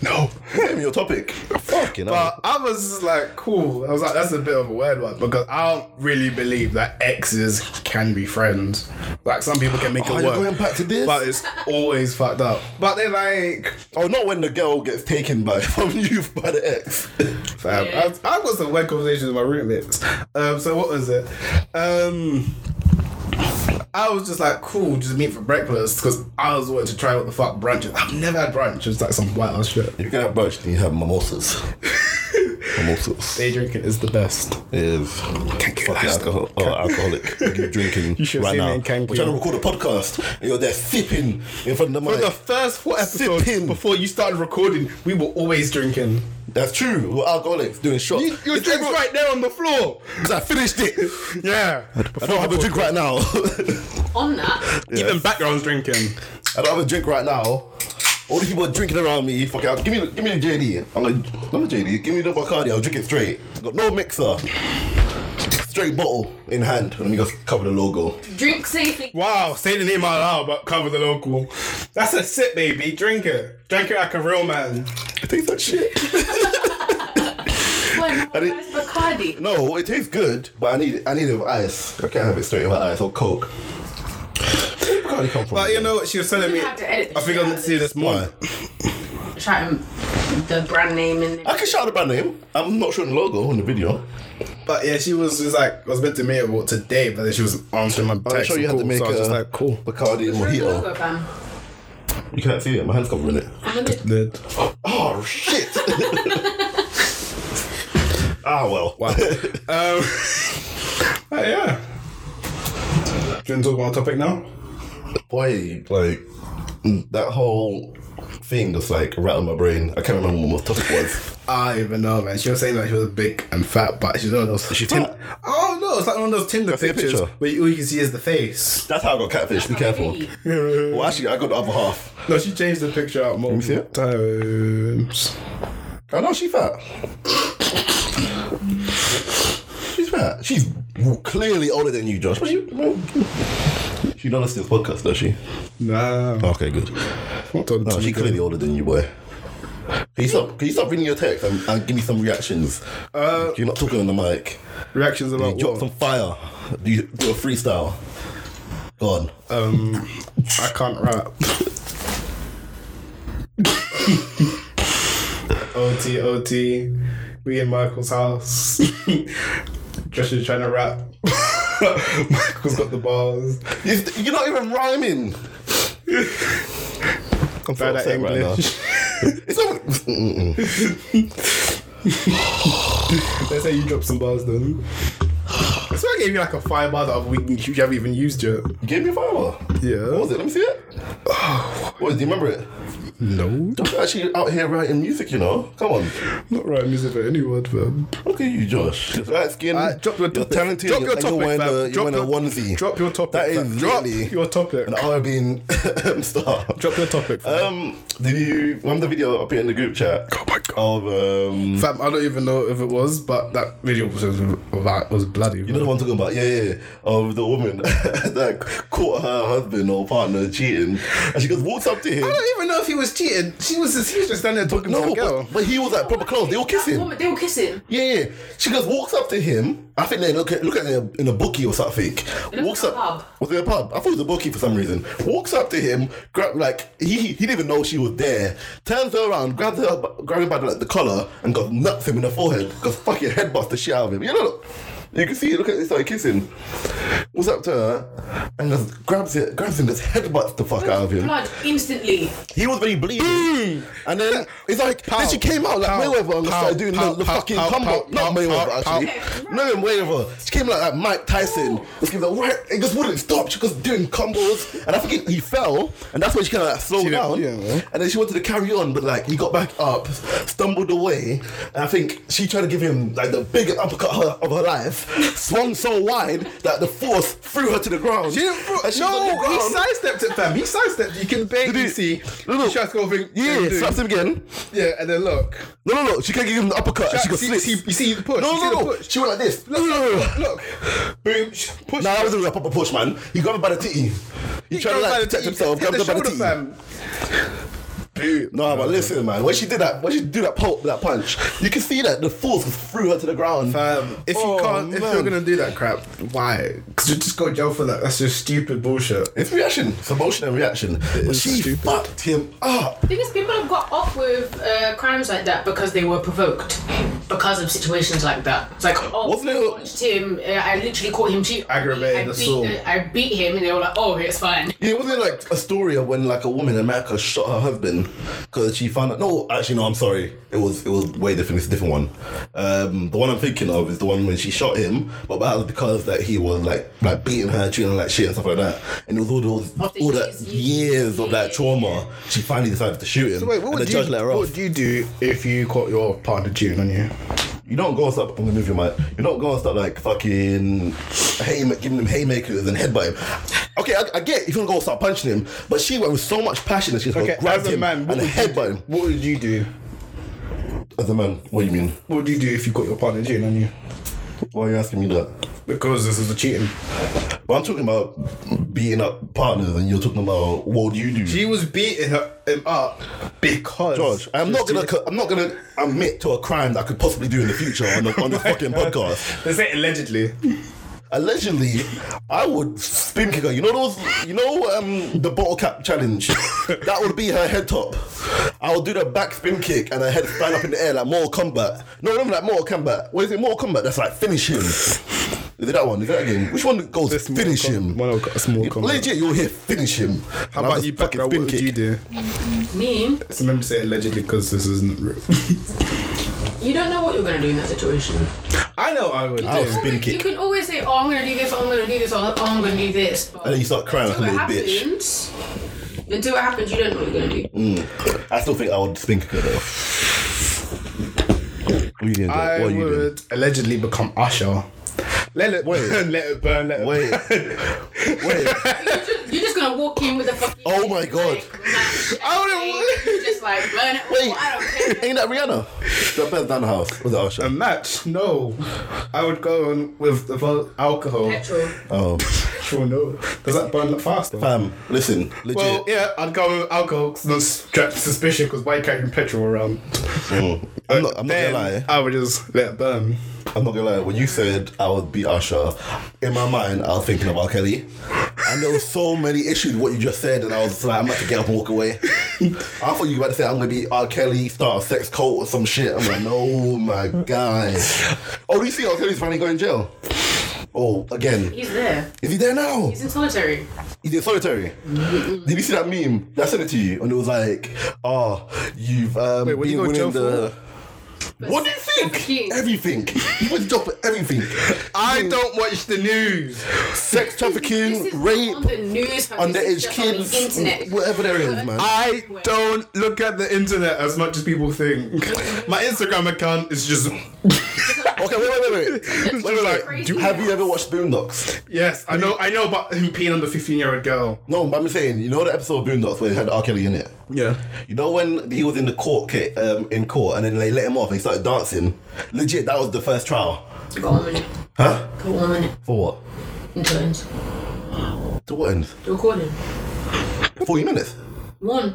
S2: No.
S1: It's not even your topic. Fucking
S2: But
S1: hell.
S2: I was just like, cool. I was like, that's a bit of a weird one because I don't really believe that exes can be friends. Like some people can make
S1: Oh,
S2: it
S1: you're
S2: work.
S1: going back to this?
S2: But it's always fucked up. But they're like,
S1: Oh, not when the girl gets taken by from you by the ex.
S2: fam,
S4: Yeah.
S2: I've, I've got some weird conversations with my roommates. Um, so what was it? Um, I was just like, cool, just meet for breakfast because I was wanting to try what the fuck brunch. is. I've never had brunch. It's like some white ass shit.
S1: you can have brunch, then you have mimosas. mimosas.
S2: Day drinking is the best.
S1: Is
S2: Can't get
S1: fucking
S2: that stuff.
S1: alcohol, oh, alcoholic you drinking
S2: You should
S1: right
S2: see me
S1: now.
S2: in Cancun.
S1: We're trying to record a podcast, and you're there sipping in front of the
S2: For
S1: mic.
S2: the first four episodes
S1: Sipping.
S2: before you started recording, we were always drinking.
S1: That's true. We're alcoholics doing shots.
S2: You, your
S1: It's
S2: drink's
S1: everyone-
S2: right there on the floor.
S1: Because I finished it.
S2: Yeah.
S1: I don't have a drink right now.
S4: On that,
S2: Even background's drinking.
S1: I don't have a drink right now. All the people are drinking around me. Fuck it. Give me, the- give me the JD. I'm like, not the JD. Give me the Bacardi. I'll drink it straight. Got no mixer. Straight bottle in hand. Let me just cover the logo.
S4: drink safely.
S2: Wow, say the name out loud, but cover the local. That's a sip, baby. Drink it. Drink it like a real man.
S1: It tastes like shit.
S4: When,
S1: did-
S4: where's Bacardi?
S1: No, it tastes good, but I need, I need it with ice. I can't have it straight with ice or Coke. Where did Bacardi come from?
S2: But you know what she was telling me?
S4: You have to edit
S2: I think I'm gonna see this
S1: Why?
S2: more.
S4: Shouting the brand name in
S1: I can shout the brand name. I'm not showing the logo on the video.
S2: But yeah, she was just like, I was meant to meet her what, today, but then she was answering my text.
S1: I'll show you how to
S2: and
S1: make
S2: calls, so I was
S1: a
S2: just like, cool.
S1: Bacardi mojito. You can't see it. My hand's covering it.
S2: Lid.
S1: Oh shit! ah well.
S2: Wow. um, but yeah. Do you want to talk about our topic now?
S1: Boy, like mm, that whole thing just like rattled my brain. I can't remember what my topic was.
S2: I don't even know, man. She was saying that she was big and fat, but she's one of those. She
S1: fat?
S2: Oh no, it's like one of those Tinder
S1: see a
S2: pictures
S1: picture?
S2: where you- all you can see is the face.
S1: That's how I got catfish. Be careful. Well, actually, I got the other half.
S2: No, she changed the picture out more
S1: see it?
S2: times.
S1: I know she fat. She's fat. She's clearly older than you, Josh. But she, well, she don't listen to this podcast, does she?
S2: Nah.
S1: Okay, good.
S2: What on
S1: Oh. No,
S2: Tinder?
S1: she clearly older than you, boy. Can you stop? Can you stop reading your text and, and give me some reactions?
S2: Uh,
S1: You're not talking on the mic.
S2: Reactions
S1: You
S2: about
S1: drop
S2: what?
S1: some fire. Do you do a freestyle? Go on.
S2: um, I can't rap. OT OT, we in Michael's house. Josh is trying to rap. Michael's got the bars.
S1: You- You're not even rhyming.
S2: I'm
S1: so upset right It's not. Mm-mm.
S2: Let's say you drop some bars then. So I gave you like a five bar that week you haven't even used yet.
S1: You gave me a fire.
S2: Yeah.
S1: What was it? Let me see it. What do you remember it?
S2: No.
S1: Josh actually out here writing music. You know. Come on.
S2: Not writing music for anyone, fam.
S1: Look at you, Josh. Light skin.
S2: Alright, drop your
S1: You're
S2: topic.
S1: Uh, talented.
S2: Drop
S1: you're
S2: your
S1: like you're
S2: topic,
S1: wearing
S2: fam.
S1: a- You're
S2: Drop
S1: wearing a
S2: your-
S1: onesie.
S2: drop your topic,
S1: That
S2: fam.
S1: is
S2: Drop
S1: literally
S2: your topic.
S1: An Arabian star.
S2: Drop your topic, fam.
S1: Um, did you remember the video I put in the group chat?
S2: Oh my god.
S1: Of um,
S2: Fam, I don't even know if it was, but that video was that was bloody.
S1: you know the one I'm talking about? Yeah, yeah. yeah. Of the woman that caught her husband or partner cheating, and she goes walks up to him.
S2: I don't even know if he was cheating. She was just, he was just standing there talking to
S1: No,
S2: the girl.
S1: but, but he was like proper close. They all kissing.
S4: Woman, they were kissing.
S1: Yeah, yeah. She goes walks up to him. I think they look at look at him in a bookie or something.
S4: a
S1: Walks up.
S4: pub.
S1: Was it a pub? I thought it was a bookie for some reason. Walks up to him, grab like he he didn't even know she was there. Turns her around, grabs her grabs him by the, like, the collar and goes nuts him in the forehead. Goes fucking headbutts the shit out of him. You know. You can see it. Look at it. It's like kissing. What's up to her? And just grabs it, grabs him, just headbutts the fuck out of him.
S4: Blood instantly.
S1: He was really bleeding. And then it's like, then she came out like
S2: Mm. Pow,
S1: Mayweather and
S2: pow,
S1: started doing
S2: pow,
S1: the, the
S2: pow,
S1: fucking
S2: pow,
S1: combo.
S2: pow,
S1: Not
S2: pow,
S1: Mayweather,
S2: pow,
S1: actually. No, then Mayweather. She came like that Mike Tyson. Just came like, right, it just wouldn't stop. She was doing combos. And I think he, he fell. And that's when she kind of like slowed
S2: She did-
S1: down.
S2: yeah, man.
S1: and then she wanted to carry on, but like he got back up, stumbled away. And I think she tried to give him like the biggest uppercut of her- of her life. Swung so wide that the force threw her to the ground.
S2: She didn't throw,
S1: And she was on
S2: no,
S1: the
S2: he
S1: ground.
S2: sidestepped it, fam. He sidestepped. You can barely
S1: Did he?
S2: see.
S1: No, no.
S2: He tries to go thing.
S1: Yeah, slaps him again.
S2: Yeah, and then look.
S1: No, no, no. She can't give him the uppercut. and she got
S2: see,
S1: slipped.
S2: see- you see the push.
S1: no,
S2: you see
S1: no,
S2: the
S1: no.
S2: push.
S1: She went like this. No, no, no. no.
S2: Look, boom, sh- push.
S1: Nah, that wasn't a proper push, man. He grabbed her by the titty. He, tried to like protect himself. Grabbed her by the titty.
S2: Boom.
S1: No, but listen, man. When she did that, when she did that pulp, that punch, you can see that the force threw her to the ground.
S2: Um, if you
S1: Oh,
S2: can't, if
S1: man.
S2: you're gonna do that crap, why? Because you just go to jail for that. That's just stupid bullshit.
S1: It's reaction. It's emotion and reaction. But
S2: is
S1: she
S2: stupid.
S1: fucked him up.
S4: The thing is, people have got off with uh, crimes like that because they were provoked because of situations like that. It's like, oh,
S1: Wasn't it-
S4: I punched him. Uh, I literally caught him cheating.
S2: Aggravated
S4: I beat,
S2: assault.
S4: uh, I beat him, and they were like, oh, it's fine.
S1: Yeah, wasn't it like a story of when like a woman in America shot her husband because she found out? No, actually, no. I'm sorry. It was it was way different. It's a different one. Um, the one I'm thinking of is the one when she shot him, but that was because that he was like like beating her, treating her like shit and stuff like that. And it was all those
S4: Of the
S1: all that
S4: years,
S1: years of that trauma. She finally decided to shoot him, and the judge let her
S2: what
S1: off.
S2: would you do if you caught your partner cheating on you?
S1: You don't go and start. I'm gonna move your mic. You're not going to start like fucking hay, giving them haymakers and headbutt him. Okay, I, I get if you want to go and start punching him, but she went with so much passion that she's
S2: Okay,
S1: gonna grab
S2: as a
S1: him
S2: man, what
S1: and
S2: would you
S1: headbutt him.
S2: What would you do?
S1: As a man, what do you mean?
S2: What would you do if you caught your partner cheating on you?
S1: Why are you asking me that?
S2: Because this is the cheating.
S1: But I'm talking about beating up partners, and you're talking about what would you do?
S2: She was beating her, him up because
S1: George, I'm not gonna. co- I'm not gonna admit to a crime that I could possibly do in the future on the, on the fucking podcast.
S2: They say allegedly.
S1: allegedly, I would spin kick her. You know those, you know um, the bottle cap challenge. that would be her head top. I would do the back spin kick and her head flying up in the air like Mortal Kombat. No, not like Mortal Kombat. What is it? Mortal Kombat. That's like finish him. Is it that one? Is that game? Which one goes
S2: It's Mortal
S1: finish
S2: Com-
S1: him?
S2: Mortal- it's Mortal Kombat.
S1: Legit, you'll hear finish him.
S2: How
S1: And I'll
S2: about
S1: just
S2: you, back What would you do?
S4: Me,
S2: Just remember to say allegedly because this isn't real.
S4: you don't know what you're gonna do in that situation.
S2: I know I would.
S1: I would
S2: do.
S1: Oh, spin
S4: You
S1: kick.
S4: can always say, oh, I'm gonna do this, oh, I'm gonna do this, oh, I'm gonna do this. But
S1: And then you start crying like a
S4: until
S1: little
S4: it
S1: bitch. Mm.
S4: happens, until it happens, you don't know what you're gonna do.
S1: I still think I would spin kick her though. What are you doing? Joe?
S2: I
S1: what are you doing?
S2: would allegedly become Usher. Let it
S1: Wait.
S2: burn, let it burn, let it
S1: Wait,
S2: burn.
S1: wait.
S4: You're just- You're just gonna walk in with a fucking.
S1: Oh my God.
S4: I
S2: wouldn't-
S4: Just like burn it. all,
S1: Wait,
S4: I don't care.
S1: ain't that Rihanna? That Beth down the house with the
S2: A
S1: usher.
S2: match? No. I would go on with the vol- alcohol.
S4: Petrol.
S1: Oh,
S2: Sure, no. Does that burn faster?
S1: fam, listen, legit.
S2: Well, yeah, I'd go with alcohol because no stretch suspicion because why carrying petrol around?
S1: Mm. I'm not, I'm not
S2: Then
S1: gonna lie.
S2: I would just let it burn.
S1: I'm not gonna lie. When you said I would be Usher, in my mind, I was thinking of R. Kelly. And there were so many issues with what you just said, and I was just like, I'm about to get up and walk away. I thought you were about to say, I'm gonna be R. Kelly, start a sex cult or some shit. I'm like, no, my guy. Oh, do you see R. Kelly's finally going in jail? Oh, again.
S4: He's there.
S1: Is he there now?
S4: He's in solitary.
S1: He's in solitary. Did you see that meme? I sent it to you, and it was like, "Oh, you've um,
S2: Wait, what
S1: been
S2: you go to
S1: winning
S2: jail
S1: the." What do you
S4: Trafficking.
S1: think? Everything. He went to jail for everything. Hmm.
S2: I don't watch the news.
S1: Sex
S4: This is
S1: trafficking,
S4: not
S1: rape,
S4: on the news. fam. This
S1: underage
S4: is just on the
S1: kids, mm,
S4: internet. Ah,
S1: whatever there is, man.
S2: I don't look at the internet as much as people think. My Instagram account is just,
S1: Okay, wait, wait, wait, wait.
S2: it's just like,
S4: Crazy.
S1: Do- have you ever watched Boondocks?
S2: yes, I know, I know about him peeing on the 15 year old girl.
S1: No, but I'm saying, you know the episode of Boondocks where it had R. Kelly in it.
S2: Yeah.
S1: You know when he was in the court, ca- um, in court, and then they let him off and he started dancing. Legit, that was the first trial.
S4: Go on a minute.
S1: Huh?
S4: Go on a minute.
S1: For what?
S4: Until it ends.
S1: To what end?
S4: The recording.
S1: Forty minutes.
S4: One.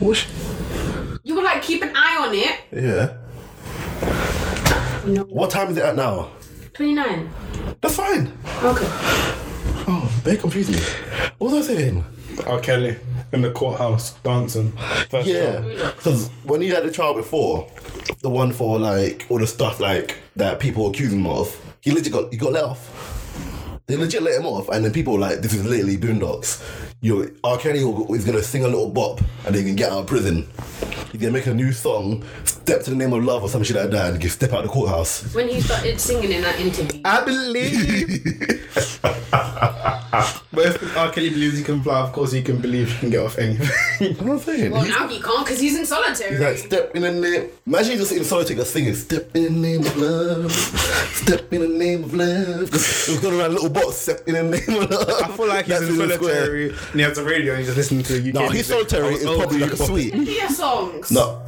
S1: Whoosh.
S4: You would like keep an eye on it.
S1: Yeah.
S4: No.
S1: What time is it at now?
S4: 29.
S1: That's fine.
S4: Okay.
S1: Oh, they confused me. What was I saying?
S2: R. Kelly in the courthouse dancing. First
S1: Yeah,
S2: time.
S1: because when he had the trial before, the one for like all the stuff like that people were accusing him of, he legit got he got let off. They legit let him off, and then people were like, "This is literally Boondocks." You, R. Kelly will- is gonna sing a little bop, and then he can get out of prison. He's gonna make a new song, "Step to the Name of Love" or some shit like that, and get step out the courthouse.
S4: When he started singing in that interview,
S1: Uh,
S2: I believe. but if R. Kelly believes he can fly, of course he can believe he can get off anything.
S1: You know what I'm saying?
S4: well, now he can't because he's in solitary.
S1: He's like, step in the name. Imagine you just in solitary just singing, step in the name of love, step in the name of love. Just- It was going around a little box, step in the name of love.
S2: I feel like he's
S1: That's
S2: in
S1: the square.
S2: solitary and he has a radio and he's just listening to UK.
S1: No,
S2: music. Oh,
S1: his solitary
S2: I was
S1: is
S2: old,
S1: probably
S2: you
S1: like a
S2: pop-
S1: sweet.
S4: India songs.
S1: No.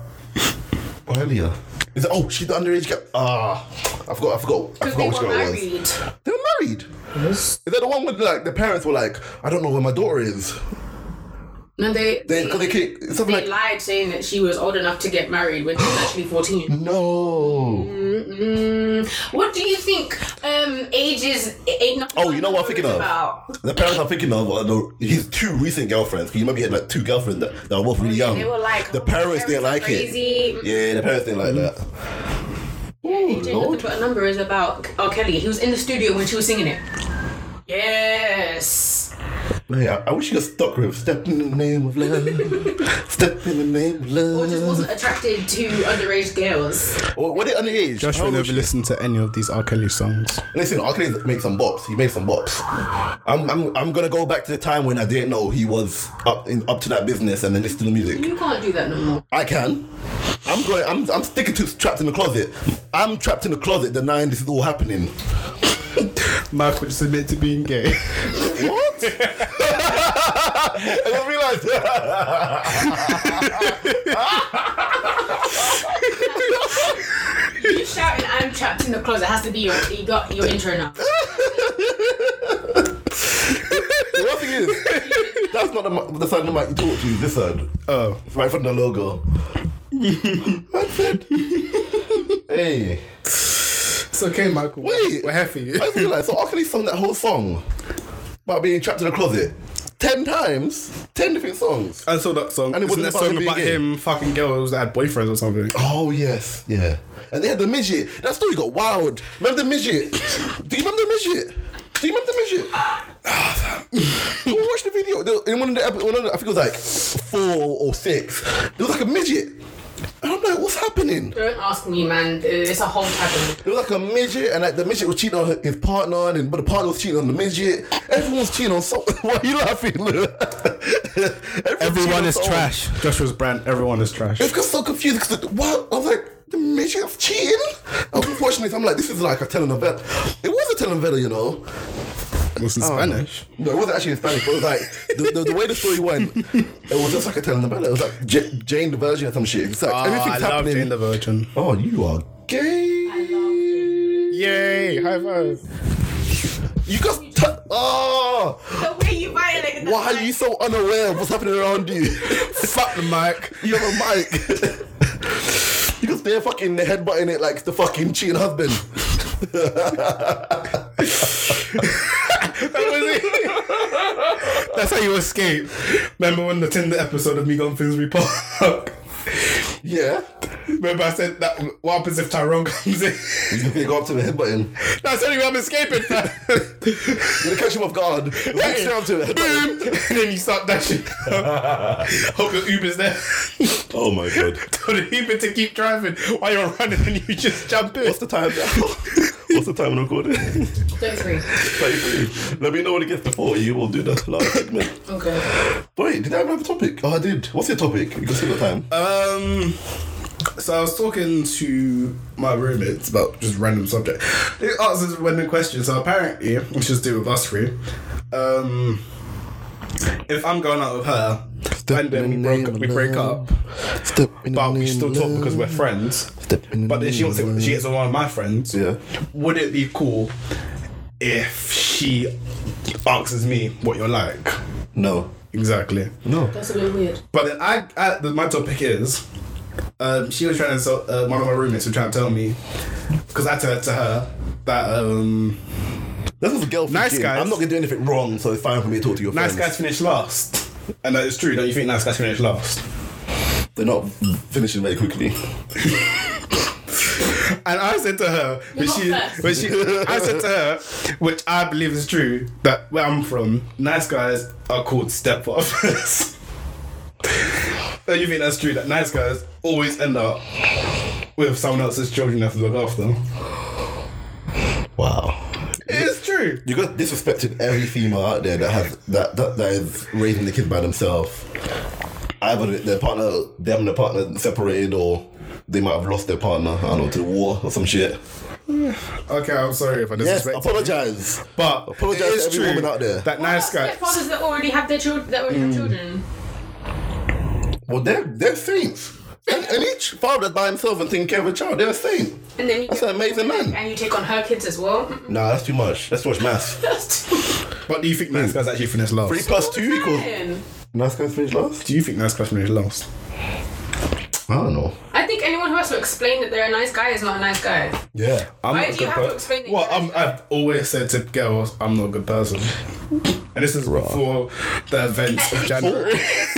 S1: Earlier. Is it, oh, she's the underage girl. Ah, I forgot, I forgot, I
S4: Because
S1: forgot
S4: they
S1: which
S4: were
S1: girl it was.
S4: married.
S1: They were married. Is that the one with like the parents were like, I don't know where my daughter is?
S4: No, they
S1: They,
S4: they,
S1: they, kick- something
S4: they
S1: like,
S4: lied saying that she was old enough to get married when she was actually fourteen. Hmm,
S1: no.
S4: What do you think? Um, ages ain't nothing.
S1: Oh, you know what I'm thinking of?
S4: About.
S1: The parents I'm thinking of are the, his two recent girlfriends. 'cause You remember he had like two girlfriends that, that were both really young.
S4: They were like
S1: Um, the
S4: oh,
S1: parents didn't
S4: are
S1: like
S4: crazy.
S1: it. Oh, Yeah, the parents didn't like that.
S4: Ooh, Lord. What a number is about R. Kelly. He was in the studio when she was singing it. Yes.
S1: Hey, I, I wish you could stuck with "Step in the Name of Love." Step in the Name of
S4: Or just
S1: Love.
S4: wasn't attracted to underage girls.
S1: What what did underage?
S2: Josh
S1: How
S2: will
S1: old was
S2: never
S1: she?
S2: listen to any of these R. Kelly songs.
S1: Listen, R. Kelly made some bops. He made some bops. I'm, I'm, I'm gonna go back to the time when I didn't know he was up in, up to that business and then listen to the music.
S4: You can't do that no more.
S1: I can. I'm going. I'm, I'm sticking to trapped in the closet. I'm trapped in the closet denying this is all happening.
S2: Michael just admit to being gay.
S1: What? I didn't realize
S4: You shouting "I'm trapped in the closet" has to be your you got your intro now.
S1: The one thing is, that's not the, mi- the side of the mic you talk to, this side.
S2: Oh.
S1: It's right from the logo. that's it. hey.
S2: It's okay, Michael.
S1: Wait.
S2: We're here for you.
S1: I just realized, so R. Kelly sung that whole song about being trapped in a closet 10 times, 10 different songs.
S2: I saw that song.
S1: And it
S2: Isn't
S1: wasn't
S2: that
S1: about him
S2: song
S1: being
S2: about
S1: gay?
S2: him fucking girls that had boyfriends or something.
S1: Oh yes, yeah. And they had the midget. That story got wild. Remember the midget? Do you remember the midget? Do you remember the midget? Go watch the video. There- In one of the episodes, I think it was like four or six. There was like a midget, and I'm like, what's happening?
S4: Don't ask me, man. Uh, It's a whole type of.
S1: There was like a midget, and like the midget was cheating on his partner, and but the partner was cheating on the midget. Everyone's cheating on someone. Why are you laughing? Everyone's cheating on someone.
S2: Joshua's brand. Everyone is trash.
S1: It's just so confused because what I was like, the measure of cheating. I was watching this. I'm like, this is like a telenovela. It was a telenovela, you know.
S2: It's
S1: Oh,
S2: in Spanish.
S1: No, it wasn't actually in Spanish. But it was like the, the, the way the story went. It was just like a telenovela. It was like J- Jane the Virgin or some shit. It's like
S2: Ah, I
S1: everything's
S2: love
S1: happening.
S2: Jane the Virgin.
S1: oh, you are gay.
S2: Yay! High five.
S1: You just t- oh,
S4: The way you violate. that,
S1: why are
S4: like,
S1: you so unaware of what's happening around you?
S2: Fuck the mic.
S1: You have a mic. you just there fucking headbutting it like the fucking cheating husband.
S2: That's how you escape. Remember when the Tinder episode of me going Finsbury Park?
S1: Yeah.
S2: Remember I said that what happens if Tyrone comes in?
S1: You go up to the headbutting.
S2: That's the only way I'm escaping. fam.
S1: You catch him off guard. Walk straight up to the headbutton.
S2: Boom! And then you start dashing. Hope your Uber's there.
S1: Oh my god.
S2: Tell the Uber to keep driving while you're running and you just jump in.
S1: What's the time now? What's the time on recording?
S4: Don't worry.
S1: 33. Let me know when it gets to 40. We'll do that last segment.
S4: Okay.
S1: Wait, did I have a topic? Oh, I did. What's your topic? You can see the time.
S2: Um, so I was talking to my roommates about just random subject. They asked us random questions. So apparently, which is do with us three. Um, if I'm going out with her, and then we broke we break up,
S1: Step in
S2: but we still talk because we're friends. But then she wants to, she gets on one of my friends.
S1: Yeah.
S2: Would it be cool if she asks me what you're like?
S1: No.
S2: Exactly.
S1: No.
S4: That's a bit weird.
S2: But then I, I the, my topic is, um, she was trying to. So, uh, one of my roommates was trying to tell me, because I said to her that um,
S1: This is a girl
S2: Nice
S1: thinking,
S2: guys.
S1: I'm not going to do anything wrong, so it's fine for me to talk to your
S2: nice
S1: friends.
S2: guys finish last. And that is true. Don't you think that's that's finished last?
S1: They're not finishing very quickly.
S2: And I said to her, when
S4: not
S2: she,
S4: first.
S2: when she, I said to her, which I believe is true, that where I'm from, nice guys are called step offers. Don't you think that's true? That nice guys always end up with someone else's children they have to look after.
S1: Wow.
S2: It's true.
S1: You got disrespected every female out there that has that that, that is raising the kid by themselves. Either their partner, them and their partner separated, or they might have lost their partner. I don't know to the war or some shit.
S2: Okay, I'm sorry if I
S1: Yes,
S2: disrespect. you.
S1: apologize.
S2: but
S1: apologise
S2: it
S1: to
S2: is
S1: every
S2: true
S1: woman out there.
S2: That nice guy.
S4: Stepfathers that already have their children. That
S1: Mm.
S4: already have children.
S1: Well, they're they're saints. And, and each father by himself and taking care of a child, they're a saint.
S4: And then you
S1: That's an amazing man.
S4: and you take on her kids as well.
S1: Nah, that's too much. That's too much math.
S2: But do you think
S1: Hmm.
S2: nice guys actually finish last?
S1: Three plus two equals.
S4: Man.
S1: Nice guys finish last.
S2: Do you think nice guys finish last?
S1: I don't know.
S4: I think anyone who has to explain that they're a nice guy is not a nice guy.
S1: Yeah.
S2: I'm
S4: Why
S2: not a
S4: do you
S2: good
S4: have
S2: per-
S4: to explain that
S2: Well, I'm,
S4: you're
S2: I've always said to girls, I'm not a good person. And this is before the events of January.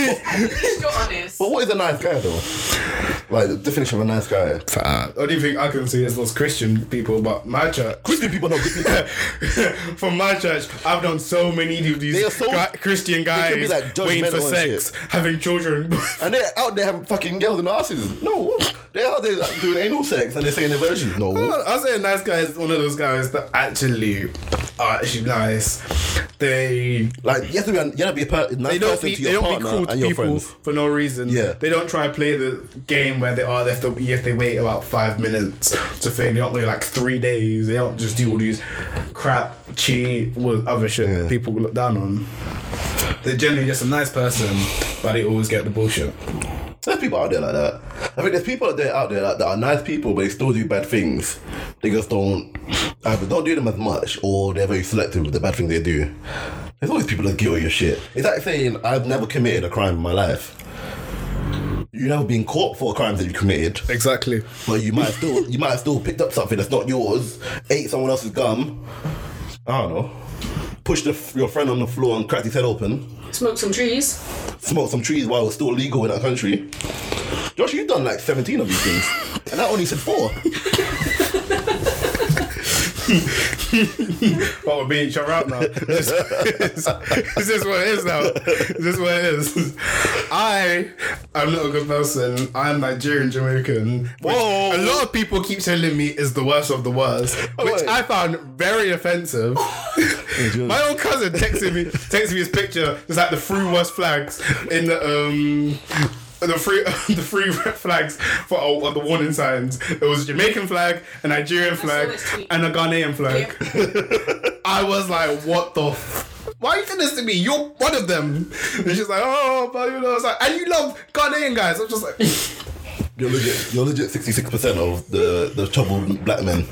S4: If you're honest.
S1: But what is a nice guy though? Like the definition of a nice guy.
S2: Uh, only thing I can see is those Christian people, but my church.
S1: Christian people not good people.
S2: From my church, I've done so many of
S1: They
S2: these
S1: are so-
S2: guy- Christian
S1: can be,
S2: guys
S1: like,
S2: waiting for
S1: judgmental and
S2: sex, having children.
S1: And they're out there having fucking girls in their asses. No, they're out there like, doing anal sex and they're saying they're virgins. No.
S2: I'll say a nice guy is one of those guys that actually are actually nice. They
S1: Like, you have to be, you have to be a per- nice
S2: they don't
S1: person
S2: be,
S1: to your
S2: they don't be
S1: partner
S2: cruel to
S1: and your
S2: people
S1: friends.
S2: for no reason.
S1: Yeah.
S2: They don't try and play the game where they are. They have to, you have to wait about five minutes to think. They don't wait like three days. They don't just do all these crap, cheat, with other shit that people look down on. They're generally just a nice person, but they always get the bullshit.
S1: There's people out there like that. I think there's people out there out there like, that are nice people, but they still do bad things. They just don't either don't do them as much, or they're very selective with the bad things they do. There's always people that get all your shit. It's like saying I've never committed a crime in my life. You never been caught for a crime that you committed,
S2: Exactly.
S1: but you might have still you might have still picked up something that's not yours, ate someone else's gum. I don't know. Pushed the, your friend on the floor and cracked his head open
S4: Smoke some trees.
S1: smoke some trees while it was still legal in our country. Josh, you've done like 17 of these things, and I only said four.
S2: But we're beating each other up now. this is this is what it is now. This is what it is. I am not a good person. I'm Nigerian Jamaican. which
S1: Whoa. Oh,
S2: A lot of people keep telling me is the worst of the worst, which
S1: wait.
S2: I found very offensive. My own cousin texted me texted me his picture. It's like the three worst flags in the um the three the three red flags for oh, the warning signs. It was a Jamaican flag, a Nigerian flag,
S4: this tweet.
S2: and a Ghanaian flag. I was like, what the f- why are you doing this to me? You're one of them. And she's like, oh, but you know, I was like, and you love Ghanaian guys. I'm just like,
S1: You're legit, you're legit 66% of the, the troubled black men.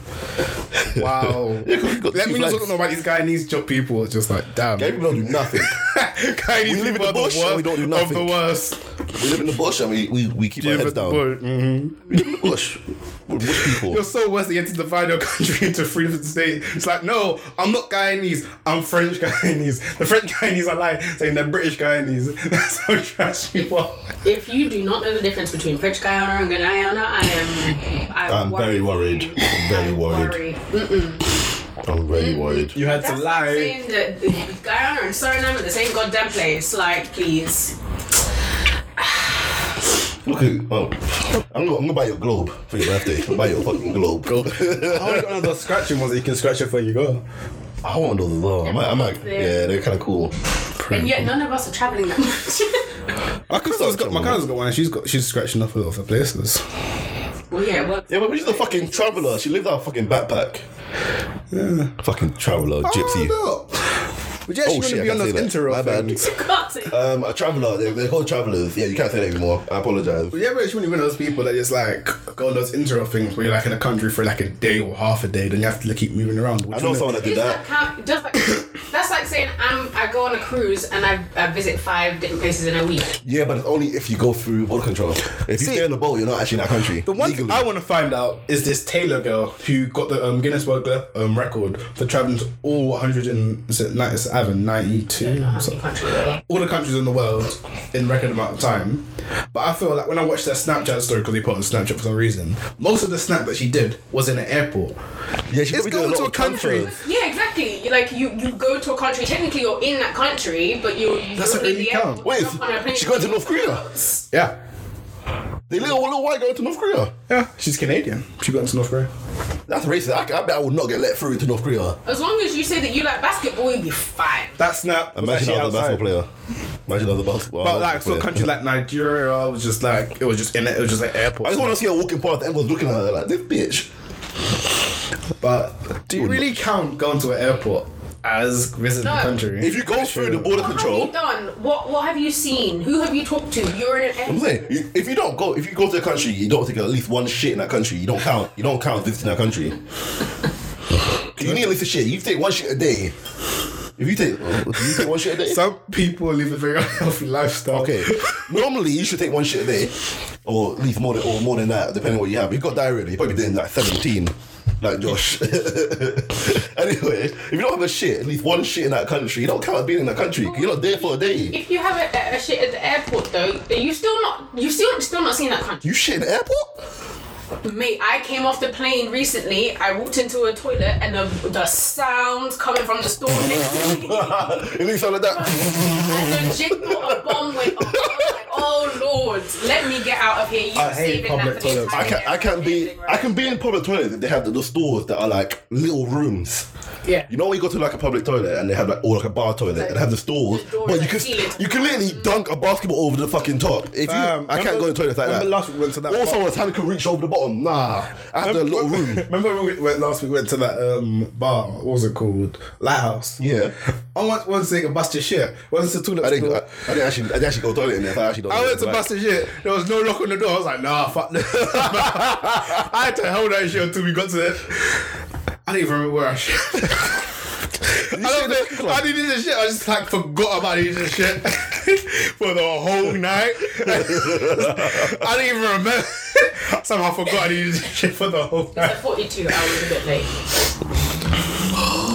S2: wow.
S1: Yeah, 'cause you got
S2: Let
S1: two
S2: me not
S1: flags.
S2: talk about these Guyanese job people. It's just like, damn.
S1: Gay people don't do nothing.
S2: Guyanese
S1: We live in
S2: people
S1: the
S2: are
S1: bush and
S2: wor-
S1: we don't do
S2: of the
S1: nothing.
S2: worst.
S1: We live in the bush and we, we, we keep our
S2: Yeah,
S1: heads
S2: but the
S1: down.
S2: bush, mhm.
S1: We live in the bush. We're bush people.
S2: You're so worse that you have to divide your country into three different states. It's like, no, I'm not Guyanese. I'm French Guyanese. The French Guyanese are like saying they're British Guyanese. That's how trash you are.
S4: If you do not know the difference between French Guyana and Guyana, I am. I'm,
S1: I'm very worried. I'm very worried.
S4: Worried.
S1: I'm very worried.
S2: You had to
S4: That's like
S2: lie.
S4: saying that Guyana and Suriname are the same goddamn place. Like, please.
S1: Look at oh, I'm gonna, I'm gonna buy your globe for your birthday. I'll buy your fucking globe.
S2: How you got those scratching ones that you can scratch before you go?
S1: I want those as well. I might, I might, yeah, they're kind of cool.
S4: And yet, none of us are traveling that much.
S2: My cousin's got my
S1: someone.
S2: cousin's got one. and She's got she's scratching off a lot of her places.
S4: well, yeah, well,
S1: Yeah, but she's a fucking traveller. She lives out a fucking backpack. Fucking traveller, gypsy.
S2: Oh, no. Would you actually
S1: Oh,
S2: want
S1: shit,
S2: to
S1: I
S2: be on
S1: can
S2: those
S1: say that. My
S2: interrail
S1: bad.
S2: things?
S4: can't say.
S1: Um, a traveller. They're, they're called travellers. Yeah, you can't say that anymore. I apologise.
S2: Would you ever actually want to be one of those people that just like go on those interrail things where you're like in a country for like a day or half a day, then you have to keep moving around?
S1: I know someone that did
S4: Does
S1: that.
S4: that count? Does that, that's that's like saying I'm I go on a cruise and I, I visit five different places in a week.
S1: Yeah, but it's only if you go through border control. If you
S2: See-
S1: stay in the boat, you're not actually in that country.
S2: The one
S1: legally.
S2: thing I want to find out is this Taylor girl who got the um, Guinness World um, Record for traveling to all 100 and is it 90 it's either 92 or something. all the countries in the world in record amount of time. But I feel like when I watched that Snapchat story, because they put it on Snapchat for some reason, most of the snap that she did was in an airport.
S1: yeah, she's
S2: It's
S1: probably doing
S2: going
S1: lot
S2: to a
S1: of
S2: country.
S1: transfers.
S4: Yeah, exactly. You like you, you go to a country. Technically, you're in that country, but you. you
S2: That's
S4: don't
S2: a
S4: leave
S2: really
S4: the
S2: count.
S4: airport,
S1: Wait,
S4: jump on a plane.
S1: she's going to North Korea.
S2: Yeah.
S1: They little little white girl to North Korea.
S2: Yeah, she's Canadian. She got into North Korea.
S1: That's racist. I, I bet I would not get let through to North Korea.
S4: As long as you say that you like basketball, you'll be fine.
S2: That snap. was
S1: Imagine
S2: actually
S1: I was a
S2: outside.
S1: basketball player. Imagine I was a basketball.
S2: But like, so countries like Nigeria, I was just like, it was just in it, it was just like airport.
S1: I just want to see her walking past. Everyone's looking at her like this bitch.
S2: Mm-hmm. But do you really count going to an airport as visiting the
S4: No.
S2: country?
S1: If you go through the border
S4: What
S1: control,
S4: have you done? What What have you seen? Who have you talked to? You're in an
S1: I'm
S4: airport.
S1: saying you- if you don't go, if you go to a country, you don't take at least one shit in that country. You don't count. You don't count visiting that country. you need at least a shit. You take one shit a day. If you take, you take one shit a day.
S2: Some people live a very unhealthy lifestyle.
S1: Okay. Normally, you should take one shit a day, or at least more than, or more than that, depending on what you have. You got diarrhea, you probably doing like seventeen, like Josh. anyway, if you don't have a shit, at least one shit in that country, you don't count as being in that country. 'cause You're not there for a day.
S4: If you have a, a shit at the airport, though, are you still not you still still not seeing that country.
S1: You shit in the airport?
S4: Mate, I came off the plane recently. I walked into a toilet and the, the sounds coming from the store next to me.
S1: at least all of that.
S4: And legit thought a bomb went off. I was like, oh lord, let me get out of here. You
S2: I hate
S4: saving
S2: public
S4: that for the
S2: toilets.
S1: I
S4: entire
S1: can I can be I can be in public toilets if they have the, the stores that are like little rooms.
S4: Yeah.
S1: You know when you go to like a public toilet and they have like or like a bar toilet and they have the stores,
S4: The door
S1: but
S4: is
S1: you
S4: like
S1: can
S4: sealed.
S1: you can literally dunk a basketball over the fucking top. If you,
S2: Fam,
S1: I can't
S2: remember-
S1: go to toilets like that.
S2: remember last we went to that
S1: or
S2: bar-
S1: someone's hand can reach over the bottom. Nah, I have the
S2: Remember-
S1: little room.
S2: Remember when we went last week? We went to that um, bar. What was it called? Lighthouse.
S1: Yeah.
S2: I went once to bust your shit. Once to toilet.
S1: I didn't,
S2: stall.
S1: I, I didn't actually I didn't actually go to the toilet in there. So I actually don't.
S2: I
S1: know.
S2: went to
S1: Like,
S2: bust a shit. There was no knock on the door. I was like, nah, fuck this. I had to hold that shit until we got to it. I don't even remember where I shit. I, don't know, I did this shit. I just like forgot about this shit for the whole night. I didn't even remember. Somehow forgot I did this shit for the whole night.
S4: It's like 42 hours a bit late.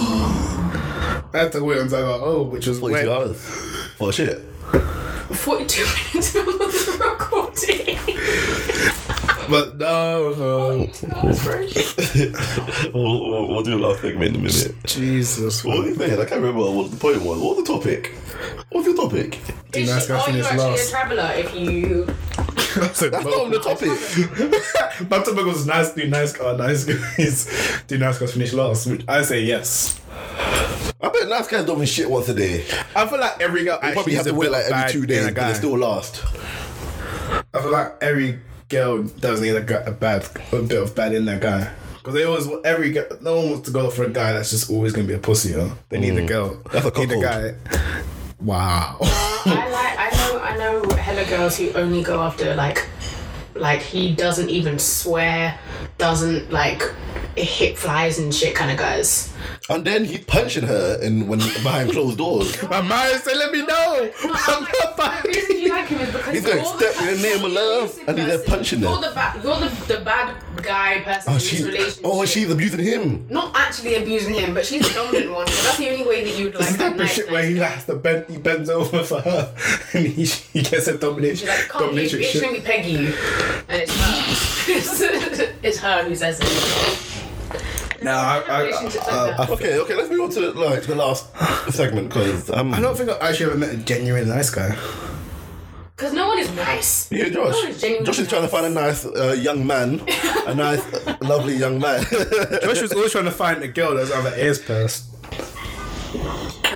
S2: I had to wait until I got home, which was
S1: 42
S2: when-
S1: hours. For shit.
S4: 42 minutes of recording.
S2: But uh, no, no.
S1: We'll, we'll, we'll do a last segment in a minute.
S2: Jesus.
S1: What was he saying? I can't remember what the point was. What was the topic? What was your topic?
S4: Is
S2: nice
S4: she-
S2: guy
S4: are you
S2: finished
S4: actually
S2: last.
S4: a traveller if you
S2: That's
S1: That's not on the topic.
S2: My topic was nice, do nice car, nice guys. Do nice guys finish last? Which I say yes.
S1: I bet nice guys don't win shit once a day.
S2: I feel like every girl
S1: You probably
S2: actually
S1: have
S2: is a
S1: to wait
S2: bit
S1: like every
S2: bad
S1: two
S2: in
S1: days,
S2: a
S1: but
S2: guy.
S1: they still last.
S2: I feel like every girl does need a, gu- a bad, a bit of bad in that guy. Because they always, every girl, no one wants to go for a guy that's just always going to be a pussy, yo. They need a girl.
S1: Mm. That's a
S2: They need a guy.
S1: cuckold.
S2: Wow.
S4: I like I know I know hella girls who only go after like like he doesn't even swear, doesn't like hit flies and shit kind of guys.
S1: And then he's punching her in when behind closed doors.
S2: My mind said, let me know. I'm not
S4: The
S2: bad.
S4: reason you like him is because
S1: He's like,
S4: you're all
S1: "Step
S4: the-
S1: in the name of love," and he's there punching
S4: You're
S1: them.
S4: the bad, you're the, the bad guy person
S1: Oh,
S4: in
S1: she,
S4: this relationship.
S1: oh, she's abusing him.
S4: not actually abusing him, but she's the dominant one. So that's the only way that you'd like.
S2: This is
S4: a
S2: that
S4: nice
S2: shit
S4: man.
S2: where he has to bend, he bends over for her, and he, he gets a domination,
S4: She's like, come here,
S2: dominatrix
S4: bitch,
S2: shit.
S4: let me peg you. And it's her. it's her who says it.
S2: No, I,
S1: uh,
S2: I,
S4: Relationships
S2: I,
S4: like that.
S1: Okay, okay, let's move on to like the last segment um, because I'm.
S2: I don't think I actually ever met a genuine nice guy.
S4: Because no one is nice.
S1: Yeah,
S4: No
S1: Josh.
S4: one is genuinely
S1: Josh is trying to find a nice uh, young man, a nice, uh, lovely young man.
S2: Josh was always trying to find a girl that's either ears pierced.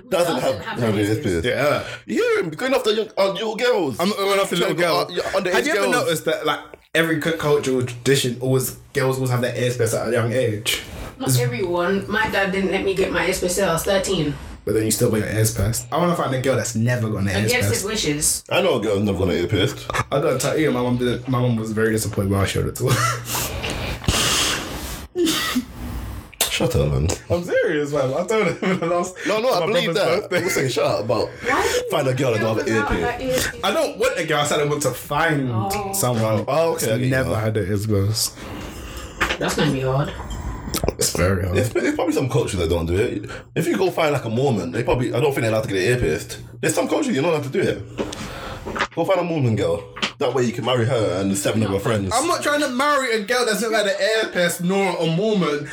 S1: Doesn't have, have any experience. Yeah.
S2: Yeah.
S1: You hear him going after young, uh, your girls.
S2: I'm not going after little
S1: Trying
S2: girl.
S1: to go out- your underage
S2: Have you ever
S1: girls.
S2: noticed that, like, every cu- cultural tradition, always girls always have their ears pierced at a young age?
S4: Not everyone. My dad didn't let me get my SPCL. I was 13.
S2: But then you still got your ears pierced. I want to find a girl that's never got an ears
S4: Against his
S2: pierced.
S4: wishes.
S1: I know a girl never gonna get pissed.
S2: I got a tattoo. My mum didn't. My mum was very disappointed when I showed it to her.
S1: Shut up, man.
S2: I'm serious, man. I told him in the last.
S1: No, no,
S2: my
S1: I believe
S2: brother's
S1: that.
S2: birthday.
S1: I'm saying shut up, but find a girl and go have an ear
S2: I don't want a girl. I said I want to find
S4: Oh.
S2: someone.
S1: Oh, okay, I get you
S2: never
S1: now.
S2: had it as close.
S4: That's gonna be hard.
S2: It's very hard.
S1: There's, there's probably some cultures that don't do it. If you go find like a Mormon, they probably I don't think they're allowed to get their ear pierced. There's some cultures you're not allowed to do it. Go find a Mormon girl. That way you can marry her and seven of her friends.
S2: I'm not trying to marry a girl that's not like an air pest nor a Mormon,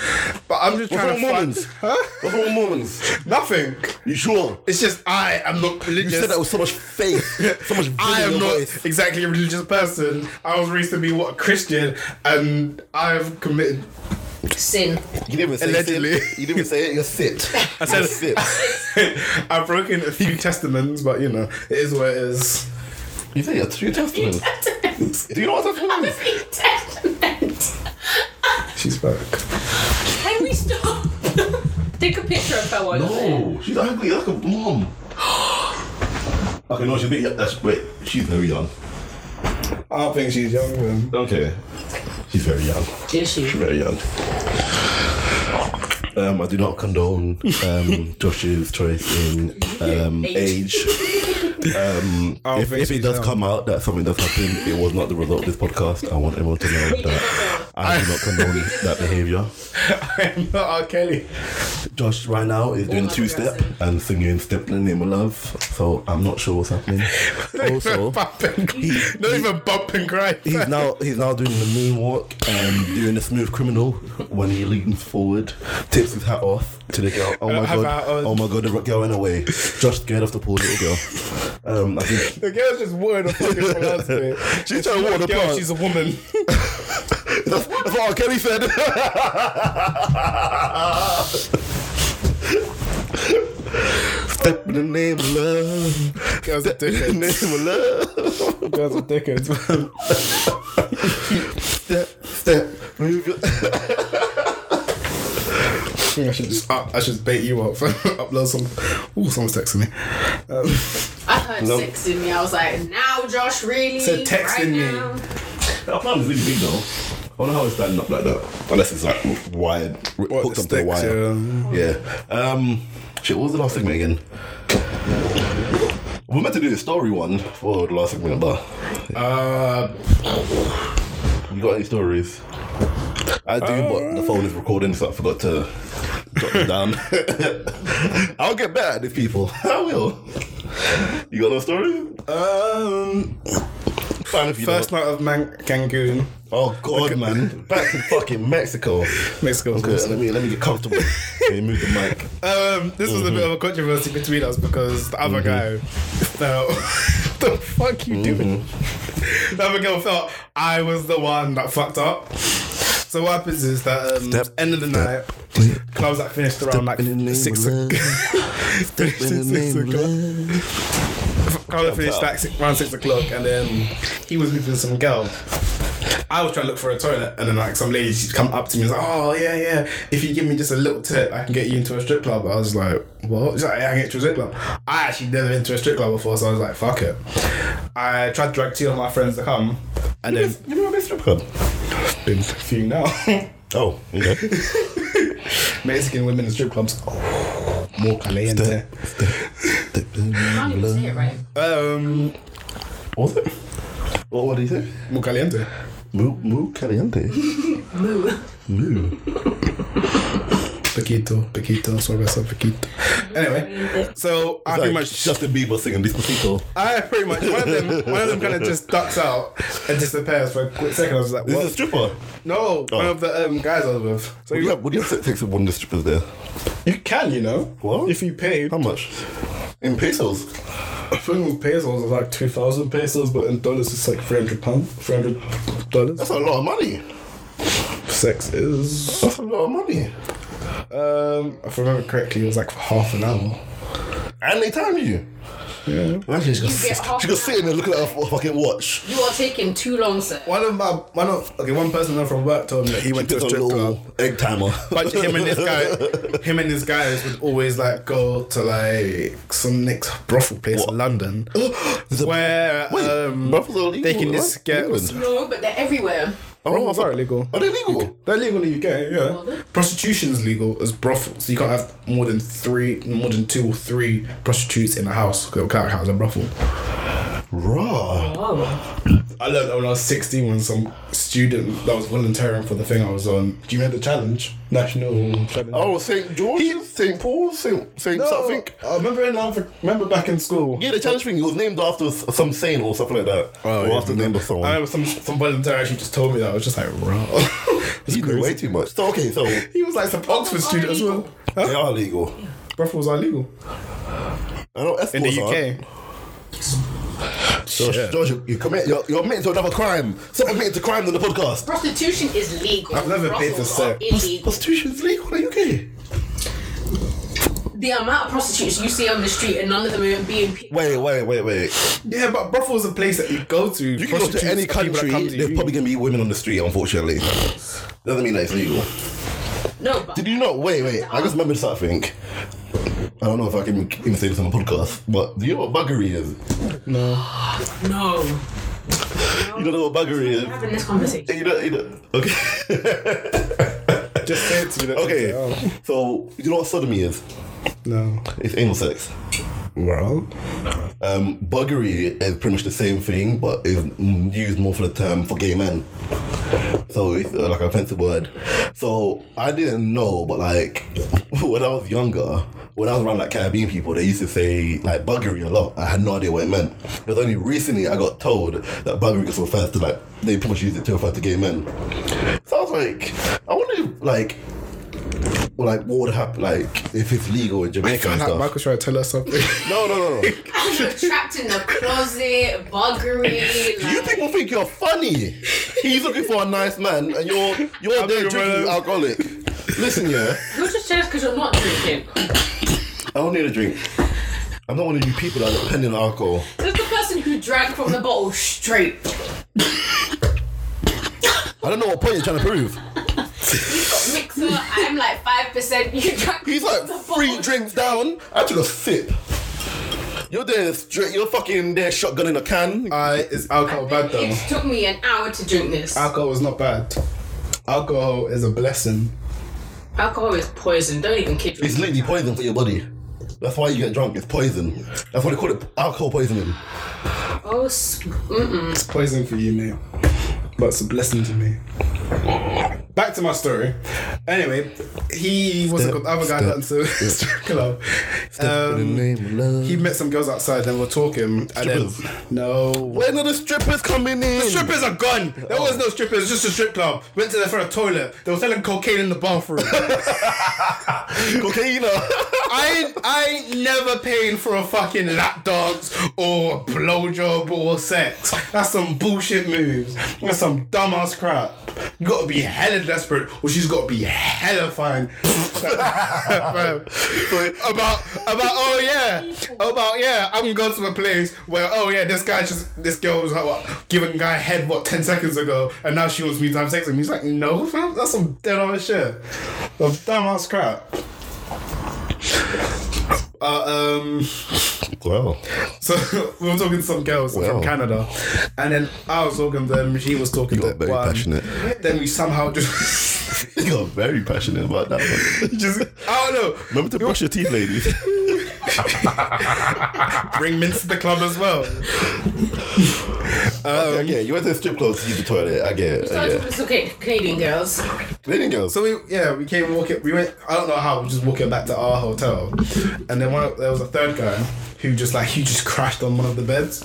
S2: but I'm just
S1: What's wrong
S2: trying
S1: with
S2: to
S1: Mormons?
S2: find huh?
S1: What's wrong with Mormons?
S2: nothing.
S1: You sure?
S2: It's just I am not
S1: You
S2: religious.
S1: said that with so much faith, so much vigor
S2: I
S1: in
S2: am
S1: your
S2: not
S1: voice.
S2: exactly a religious person. I was raised to be what a Christian, and I've committed.
S4: Sin.
S1: You didn't even say
S2: Allegedly.
S1: sit. You didn't even say it. You're sit. I
S2: said-
S1: sit.
S2: I've broken a few testaments, but you know it is what it is.
S1: You say you're true testament. Do you know what testament is?
S2: She's back.
S4: Can we stop?
S3: Take a picture of her one.
S1: No, Oh, she's ugly. Like a mom. okay, no, she's a bit. yeah, That's wait. She's very young.
S2: I don't think she's young, man.
S1: Okay. She's very young.
S4: Is she?
S1: Very young. Um, I do not condone um, Josh's choice in um, age. Um,
S2: Oh,
S1: if, if it
S2: basically,
S1: does
S2: no.
S1: come out that something does happen, it was not the result of this podcast. I want everyone to know that I do not condone that behaviour.
S2: I'm not R. Kelly.
S1: Josh right now is doing
S4: my
S1: two step
S4: progressive.
S1: and singing "Step in the Name of Love," so I'm not sure what's happening. also,
S2: Bump and- not even bump and cry.
S1: he's now he's now doing the moonwalk and doing the smooth criminal when he leans forward, tips his hat off to the girl. Oh my
S2: have
S1: god!
S2: her on.
S1: Oh my god! The girl went away. Josh scared off the poor little girl. Um, I think
S2: The girl's just watering the fucking plants, man.
S1: she's trying to water the
S2: Girl,
S1: plant.
S2: she's a woman.
S1: That's, that's what R. Kelly said. Step in the name of love.
S2: Girl's a
S1: Step in the
S2: dickhead.
S1: name of love.
S2: Girl's a dickhead. man.
S1: Step, step, move your.
S2: I should just up, I should bait you up. Upload some. Ooh, someone's texting me. Um,
S4: I heard
S1: No.
S4: sex in me. I was like, now, Josh, really?
S2: Said text
S4: right
S2: in me.
S4: now?
S1: That plan is really big though. I wonder how it's standing up like that. Unless it's like wired, r-
S2: What,
S1: hooked
S2: the
S1: up to a
S2: sticks,
S1: wire. Yeah. Um, shit, what was the last segment again? We're meant to do the story one for the last segment, but
S2: uh,
S1: you got any stories? I do, but
S2: Um,
S1: the phone is recording, so I forgot to jot them down. I'll get better at these people. I will. You got no story?
S2: um,
S1: Fine if you
S2: first
S1: don't.
S2: night of Man- Cancun,
S1: Oh god, man! Back to fucking Mexico.
S2: Mexico. was
S1: Okay,
S2: awesome.
S1: let me let me get comfortable. Can you move the mic?
S2: Um, this was a bit of
S1: Mm-hmm.
S2: a controversy between us because the other guy felt the fuck
S1: Mm-hmm.
S2: you doing. The other girl felt I was the one that fucked up. So what happens is that um,
S1: Step,
S2: end of the night, clubs that finished around like six. o'clock. six o'clock. Carlo finished like six, around six o'clock, and then he was with some girl. I was trying to look for a toilet, and then like some lady she'd come up to me and was like, "Oh yeah, yeah. If you give me just a little tip, I can get you into a strip club." I was like, "What?" She's like, "Yeah, I can get you into a strip club." I actually never been to a strip club before, so I was like, "Fuck it." I tried to drag two of my friends to come, and then
S1: You remember strip club?
S2: been few now.
S1: Oh, okay.
S2: Mexican women in strip clubs. Oh, more caliente.
S4: I can't even say it right.
S2: Um,
S1: what was it? What, what did he say?
S2: more caliente.
S1: Mu, mu caliente. mu. Mu.
S2: Paquito, Paquito, cerveza, Paquito. Anyway, so I pretty much
S1: Justin Bieber singing this mosquito.
S2: I pretty much one of them one of them kind of just ducks out and disappears for a quick second. I was like,
S1: This is Oh. a
S2: what?
S1: stripper.
S2: No, one of the um, guys I was with. So
S1: Would
S2: you,
S1: you have, would you have sex- sex with one of the strippers there?
S2: you can, you know,
S1: What?
S2: if you paid.
S1: How much? In pesos.
S2: I think in pesos is like two thousand pesos, but in dollars it's like three hundred pounds, three hundred dollars.
S1: That's a lot of money.
S2: Sex is.
S1: That's a lot of money.
S2: Um, if I remember correctly, it was like for half an hour.
S1: And they time you.
S2: Yeah.
S1: Imagine she's
S4: You get
S1: gonna,
S4: half
S1: she's gonna
S4: an
S1: sit in there looking at her fucking watch.
S4: You are taking too long, sir.
S2: One of my one of okay, one person I know from work told me that he went to a
S1: Just
S2: strip club.
S1: egg timer.
S2: But him and this guy, him and his guys would always like go to like some next brothel place in London,
S1: There's a-
S2: where
S1: Wait,
S2: um,
S1: brothels are
S2: they
S1: illegal,
S2: can
S1: right?
S2: just get
S1: England.
S4: No, but they're everywhere.
S1: Oh, I
S2: Brothels
S1: thought-
S2: are illegal.
S1: Are they legal?
S2: They're legal in the UK, yeah. Prostitution's legal as brothel, so you can't have more than three, more than two or three prostitutes in a house. Because count house a brothel.
S1: Raw.
S4: Oh,
S2: I learned that when I was 16 when some student that was volunteering for the thing I was on. Do you remember the challenge? National challenge.
S1: Oh, St. George's, St. Paul's, St. St. something.
S2: I remember in Africa, remember back in school.
S1: Yeah, the challenge thing it was named after s- some saint or something like that. or
S2: yeah,
S1: after the name of
S2: I
S1: someone.
S2: remember some some volunteer actually just told me that. I was just like, bro.
S1: You knew way too much. So, okay, so they
S2: he was like some Oxford student as well. Huh?
S1: are legal.
S2: Brothels are legal
S1: I know escorts
S2: in the UK.
S1: Josh, Josh, you- you commit, you're, you're admitting to another crime. Stop admitting to crimes on the podcast.
S4: prostitution is legal.
S2: I've never paid for
S4: Brothels are
S2: sex.
S4: Illegal.
S1: Prostitution's legal in the UK.
S3: The amount of prostitutes you see on the street and none of them are being people.
S1: Wait, wait, wait, wait.
S2: Yeah, but brothel is a place that you go to.
S1: You can go to any country, there's probably going to be women on the street, unfortunately. Doesn't mean that it's legal.
S3: No, but
S1: Did you know? Wait, wait. I just remembered something. I don't know if I can even say this on the podcast, but do you know what buggery is?
S2: No.
S3: no.
S1: You don't know what buggery is?
S3: Having this conversation.
S1: You know, you know. Okay.
S2: Just say it to me.
S1: Okay, so you know what sodomy is?
S2: No.
S1: It's anal sex.
S2: Well.
S1: Um, buggery is pretty much the same thing, but is used more for the term for gay men. So it's uh, like an offensive word. So I didn't know, but like when I was younger, when I was around like Caribbean people, they used to say like buggery a lot. I had no idea what it meant. It was only recently I got told that buggery just refers to like they pretty much use it to refer to gay men. So I was like, I wonder if like. Well, like what would happen like if it's legal in Jamaica and stuff?
S2: Michael's trying to tell us something.
S1: No, no, no, no.
S3: You're trapped in the closet, buggery.
S1: You
S3: Like,
S1: people think you're funny. He's looking for a nice man, and you're you're there
S2: looking for
S1: drinking
S2: a-
S1: alcoholic. Listen, yeah,
S3: you're just jealous because you're not drinking.
S1: I don't need a drink. I'm not one of you people that are dependent on alcohol.
S3: There's the person who drank from the bottle straight.
S1: I don't know what point you're trying to prove.
S3: Mixer, I'm like 5%. You drank
S1: He's like
S3: from the
S1: three
S3: bottle.
S1: drinks down. I took a sip. You're there, straight. You're fucking there, shotgun in a can. Uh,
S2: I is alcohol bad though?
S3: It took me an hour to drink this.
S2: Alcohol is not bad. Alcohol is a blessing.
S4: Alcohol is poison. Don't even kid
S1: It's
S4: me.
S1: literally poison for your body. That's why you get drunk. It's poison. That's why they call it alcohol poisoning.
S4: Oh, s-
S2: It's poison for you, mate. But it's a blessing to me. Back to my story. Anyway, he was
S1: Step,
S2: the other guy
S1: step,
S2: that to strip club. Um, he met some girls outside and we're talking. And then,
S1: Strippers.
S2: no.
S1: When are the strippers coming in?
S2: Strippers are gone. There was no strippers, just a strip club. Went to there for a toilet. They were selling cocaine in the bathroom.
S1: Cocaine.
S2: I ain't, I ain't never paying for a fucking lap dance or a blowjob or sex. That's some bullshit moves. That's some dumbass crap. You gotta be hella desperate, or she's gotta be hella fine. about about oh yeah, about yeah. I'm going to a place where oh yeah, this guy just this girl was like what, giving a guy a head what ten seconds ago, and now she wants me to have sex with me. He's like no, fam, that's some dead ass shit. Some dumbass crap. Uh, um,
S1: Wow.
S2: so we were talking to some girls
S1: Wow.
S2: from Canada, and then I was talking to them. She was talking
S1: You
S2: to
S1: got very
S2: one.
S1: passionate.
S2: Then we somehow just,
S1: You got very passionate about that one.
S2: just I don't know.
S1: Remember to brush your teeth, ladies.
S2: Bring mints to the club as well.
S1: I get it. You went to the strip club to use the toilet. I get it. I
S3: Started
S1: get
S3: with
S1: it.
S3: this, okay, Canadian girls.
S1: Ladies girls.
S2: So we yeah we came walking. We went. I don't know how. We just walking back to our hotel, and then one of, there was a third guy who just like he just crashed on one of the beds.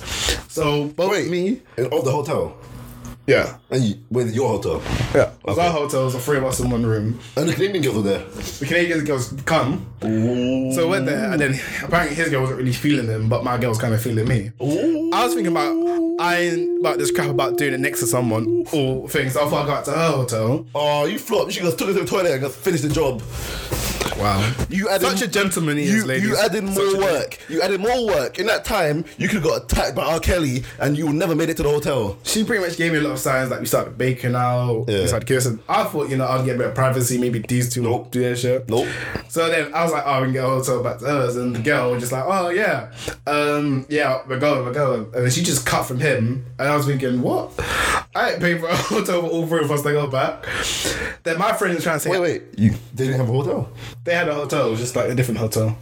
S2: So both
S1: Wait.
S2: me.
S1: of the hotel.
S2: Yeah.
S1: And you, with your hotel.
S2: Yeah, it was our hotel. It was the three of us in one room.
S1: And the Canadian girls were there.
S2: The Canadian girls come, so I went there, and then apparently his girl wasn't really feeling him, but my girl was kind of feeling me. I was thinking about I about this crap about doing it next to someone or things. So I thought I got to her hotel.
S1: Oh, you flopped. She just took it to the toilet and just finished the job.
S2: Wow,
S1: You added
S2: such a gentleman he is,
S1: You,
S2: ladies.
S1: you added
S2: Such
S1: more
S2: a-
S1: work. You added more work. In that time, you could have got attacked by R. Kelly and you would never made it to the hotel.
S2: She pretty much gave me a lot of signs, like we started baking out,
S1: Yeah.
S2: we started kissing. I thought, you know, I'd get a bit of privacy. Maybe these two
S1: Nope.
S2: do their shit.
S1: Nope.
S2: So then I was like, oh, we can get a hotel back to hers. And the girl was just like, oh, yeah, um, yeah, we're going, we're going. And then she just cut from him. And I was thinking, what? I ain't paid for a hotel for all three of us to go back. Then my friend was trying to say
S1: Wait, wait. You they didn't have a hotel.
S2: they had a hotel, it was just like a different hotel.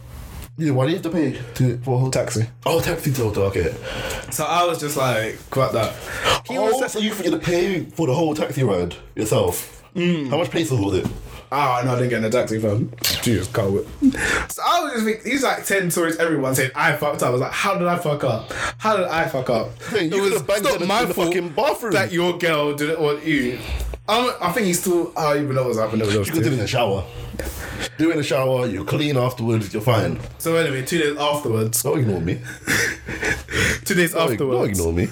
S1: Yeah, why do you have to pay to, for a hotel?
S2: Taxi.
S1: Oh, taxi to hotel. Okay.
S2: So I was just like, fuck that. He
S1: oh,
S2: was
S1: so you forget to pay for the whole taxi ride yourself. How much petrol was it?
S2: Oh no, I didn't get in a taxi fam. Jesus, can't whip. So I was just think these like ten stories everyone said I fucked up. I was like, how did I fuck up? How did I fuck up?
S1: Hey, you could've banged them in the fucking bathroom.
S2: that your girl did it on you. Um, I think he still. I don't even know what's happening with those
S1: You could do it in
S2: two.
S1: the shower. Do it in the shower. You clean afterwards. You're fine.
S2: So anyway, two days afterwards.
S1: Don't ignore me.
S2: Two days
S1: Don't, don't
S2: afterwards.
S1: ignore me.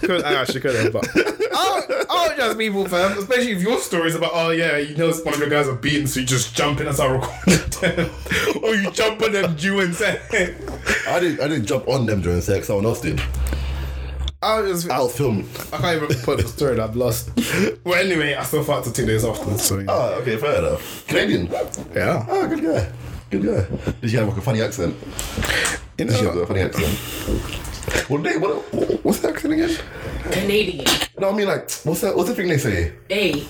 S2: Could, I actually could have, but I don't judge people, fam. Especially if your story's about, oh yeah, you know one of your guys are beaten, so you just jump in and start recording them, or you jump on them due and say,
S1: I didn't. I didn't jump on them during sex. Someone else did.
S2: I was.
S1: I was filmed.
S2: I can't even put the story that I've lost. Well, anyway, I still fucked for two days Oh. afterwards. So, yeah.
S1: Ah, okay, fair enough. Canadian.
S2: yeah.
S1: Ah, good guy. Good guy. Did she have like a funny accent?
S2: You
S1: Did she have
S2: know,
S1: a funny accent? What they? What? What's the accent again?
S4: Canadian.
S1: No, I mean like, what's that? What's the thing they say?
S4: Hey.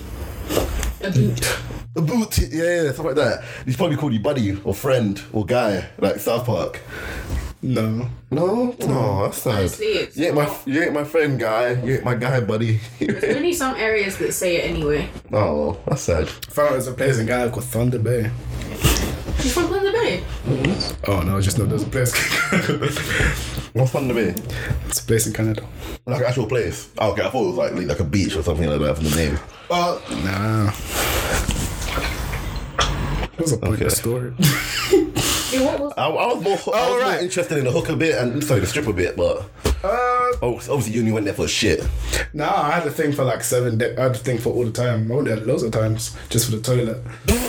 S4: A boot.
S1: A boot, yeah, yeah, stuff like that. He's probably called you buddy or friend or guy, like South Park.
S2: no.
S1: No, no, that's sad.
S4: Honestly, it's
S1: you ain't my,
S4: not.
S1: you ain't my friend, guy. You ain't my guy, buddy.
S4: There's only some areas that say it anyway.
S1: oh, that's sad.
S2: Found out there's a place in Ghana called Thunder Bay.
S4: You from Thunder Bay?
S2: Oh no, I just know there's a place. it's
S1: What's fun to me?
S2: a place in Canada.
S1: Like an actual place. Oh, okay, I thought it was like like a beach or something like that from the name.
S2: Oh nah. There's a point
S1: Okay.
S2: of story.
S4: Yeah, what was
S1: I, I was more, I was more
S2: Alright.
S1: interested in the hooker bit and sorry, the stripper bit, but
S2: uh,
S1: oh, obviously you only went there for shit.
S2: nah, I had a thing for like seven. days. I had a thing for all the time. I went there loads of times just for the toilet.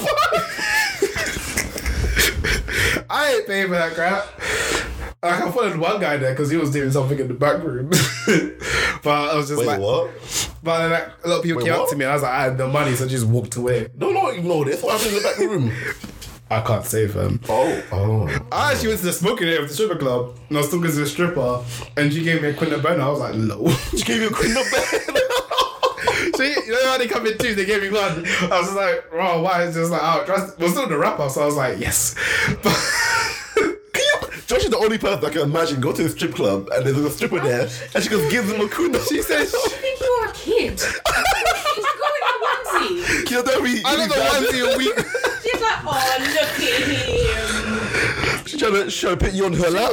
S2: I ain't paying for that crap. Like, I followed one guy there because he was doing something in the back room. but I was just
S1: Wait,
S2: like,
S1: what?
S2: but then, like, a lot of people
S1: Wait,
S2: came up
S1: what?
S2: to me and I was like, I had no money, so I just walked away.
S1: No, no, ignore this. What happened in the back room?
S2: I can't save him.
S1: Oh, oh.
S2: I actually went to the smoking area of the stripper club and I was talking to the stripper and she gave me a Quinta Burner. I was like, no.
S1: She gave you a queen of bed.
S2: So you you know how they come in two, they gave me one. I was just like, oh, why? It's just like, oh, trust. We're still the wrap up, so I was like, yes. But
S1: Josh is the only person I can imagine go to a strip club and there's a stripper there and she goes gives him a kuna.
S2: she said,
S4: I think you're a kid. She's going to onesie.
S1: Kill that we
S2: I got the onesie a week.
S4: She's like, oh, look at him.
S1: She's trying to, trying to put you on her lap.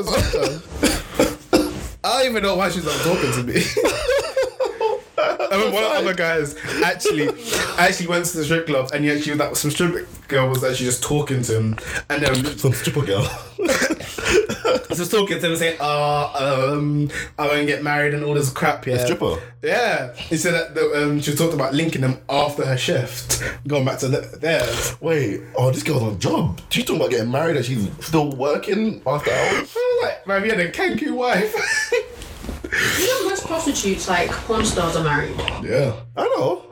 S2: I don't even know why she's not talking to me. I mean, one of the other guys actually actually went to the strip club and yet she was like some strip girl was actually just talking to him and then
S1: Some stripper girl.
S2: just talking to him and saying, oh, um, I won't get married and all this crap, yeah.
S1: Stripper.
S2: Yeah, he said that the, um, she talked about linking them after her shift, going back to the, theirs.
S1: Wait, oh, this girl's on a job. She's talking about getting married and she's still working after hours.
S2: I was like, man, you had a kanky wife.
S4: You know, most prostitutes, like porn stars, are married.
S2: yeah.
S1: I know.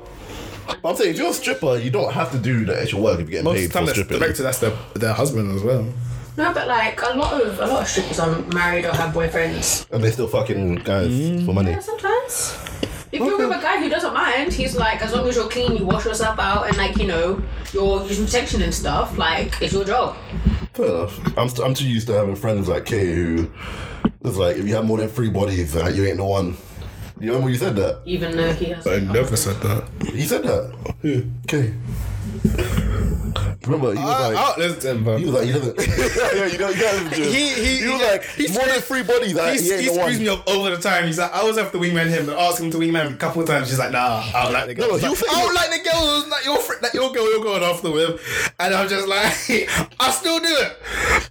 S1: But I'm saying, if you're a stripper, you don't have to do the extra work if you're getting
S2: Most of
S1: paid
S2: the time,
S1: for
S2: that's
S1: stripping.
S2: directed, that's their, their husband as well.
S4: No, but like a lot of a lot of strippers are married or have boyfriends.
S1: And they're still fucking guys
S2: Mm.
S1: for money.
S4: Yeah, sometimes. If you're with a guy who doesn't mind, he's like, as long as you're clean, you wash yourself out, and like you know, you're using protection and stuff. Like, it's your job.
S1: Fair enough. I'm, st- I'm too used to having friends like Kay who was like, if you have more than three bodies, like, you ain't the one. You remember you said that?
S4: Even though he has.
S2: never said that.
S1: He said that. Who? Kay. Remember, he was like.
S2: oh, there's them,
S1: He was like, he doesn't. yeah, you know, you gotta do it.
S2: He- he-
S1: was
S2: he-
S1: like,
S2: he
S1: more than three bodies. I,
S2: He's,
S1: he ain't
S2: he
S1: the one.
S2: screws me up over the time. He's like, I always have to wingman him and ask him to wingman me a couple of times. She's like, Nah, I don't like the girl.
S1: No,
S2: He's
S1: you
S2: like,
S1: think-
S2: I don't like the girl. who's Like your friend, like your girl, you're going after with, and I'm just like, I still do it.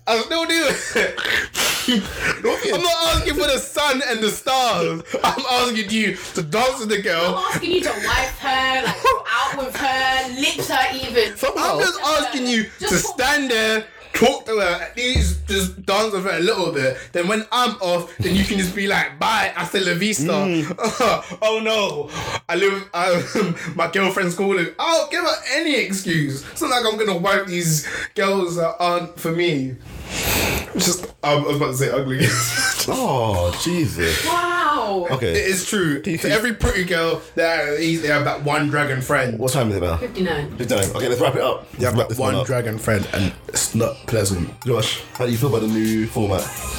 S2: I still do it. I'm not asking for the sun and the stars. I'm asking you to dance with the girl.
S4: I'm asking you to wipe her, like go out with her, lips her even.
S1: Somehow,
S2: I'm just asking you to
S4: Just-
S2: stand there. Talk to her, at least just dance with her a little bit. Then when I'm off, then you can just be like, bye, hasta la vista.
S1: Mm.
S2: oh no, I live, um, my girlfriend's calling. I'll give her any excuse. It's not like I'm gonna wipe these girls that aren't for me. Just, um, I was about to say ugly.
S1: oh Jesus!
S4: Wow.
S3: No.
S1: Okay.
S2: It is true.
S1: Do you
S2: To
S1: think-
S2: every pretty girl, there they have that one dragon friend.
S1: What time is it now?
S4: 59.
S1: It's time. Okay, let's wrap it up. Let's
S2: They have
S1: wrap
S2: that
S1: this one
S2: one
S1: up.
S2: dragon friend, and it's not pleasant.
S1: Josh, how do you feel about the new format?